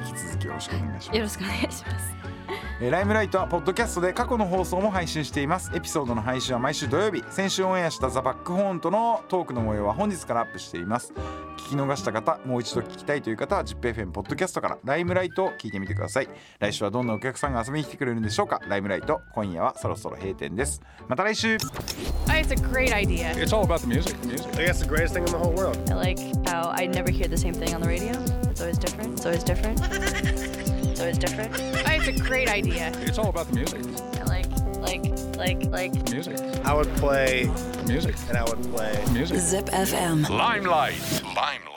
[SPEAKER 4] 引き続きよろしくお願いします。
[SPEAKER 5] よろしくお願いします。
[SPEAKER 4] えーライムライトはポッドキャストで過去の放送も配信していますエピソードの配信は毎週土曜日先週オンエアしたザ・バックホーンとのトークの模様は本日からアップしています聞き逃した方もう一度聞きたいという方は ZIPFM ポッドキャストからライムライトを聞いてみてください来週はどんなお客さんが遊びに来てくれるんでしょうかライムライト今夜はそろそろ閉店ですまた来週
[SPEAKER 1] It's a great idea.
[SPEAKER 3] It's all about the music. music.
[SPEAKER 7] I guess the greatest thing in the whole world.
[SPEAKER 1] I like how I never hear the same thing on the radio. It's always different. It's always different. It's always different. Oh, It's a great idea.
[SPEAKER 3] It's all about the music.
[SPEAKER 1] I like, like, like, like.
[SPEAKER 3] Music.
[SPEAKER 7] I would play,
[SPEAKER 3] Music.
[SPEAKER 7] and I would play.
[SPEAKER 3] Music.
[SPEAKER 2] Zip FM.
[SPEAKER 3] Limelight. Limelight.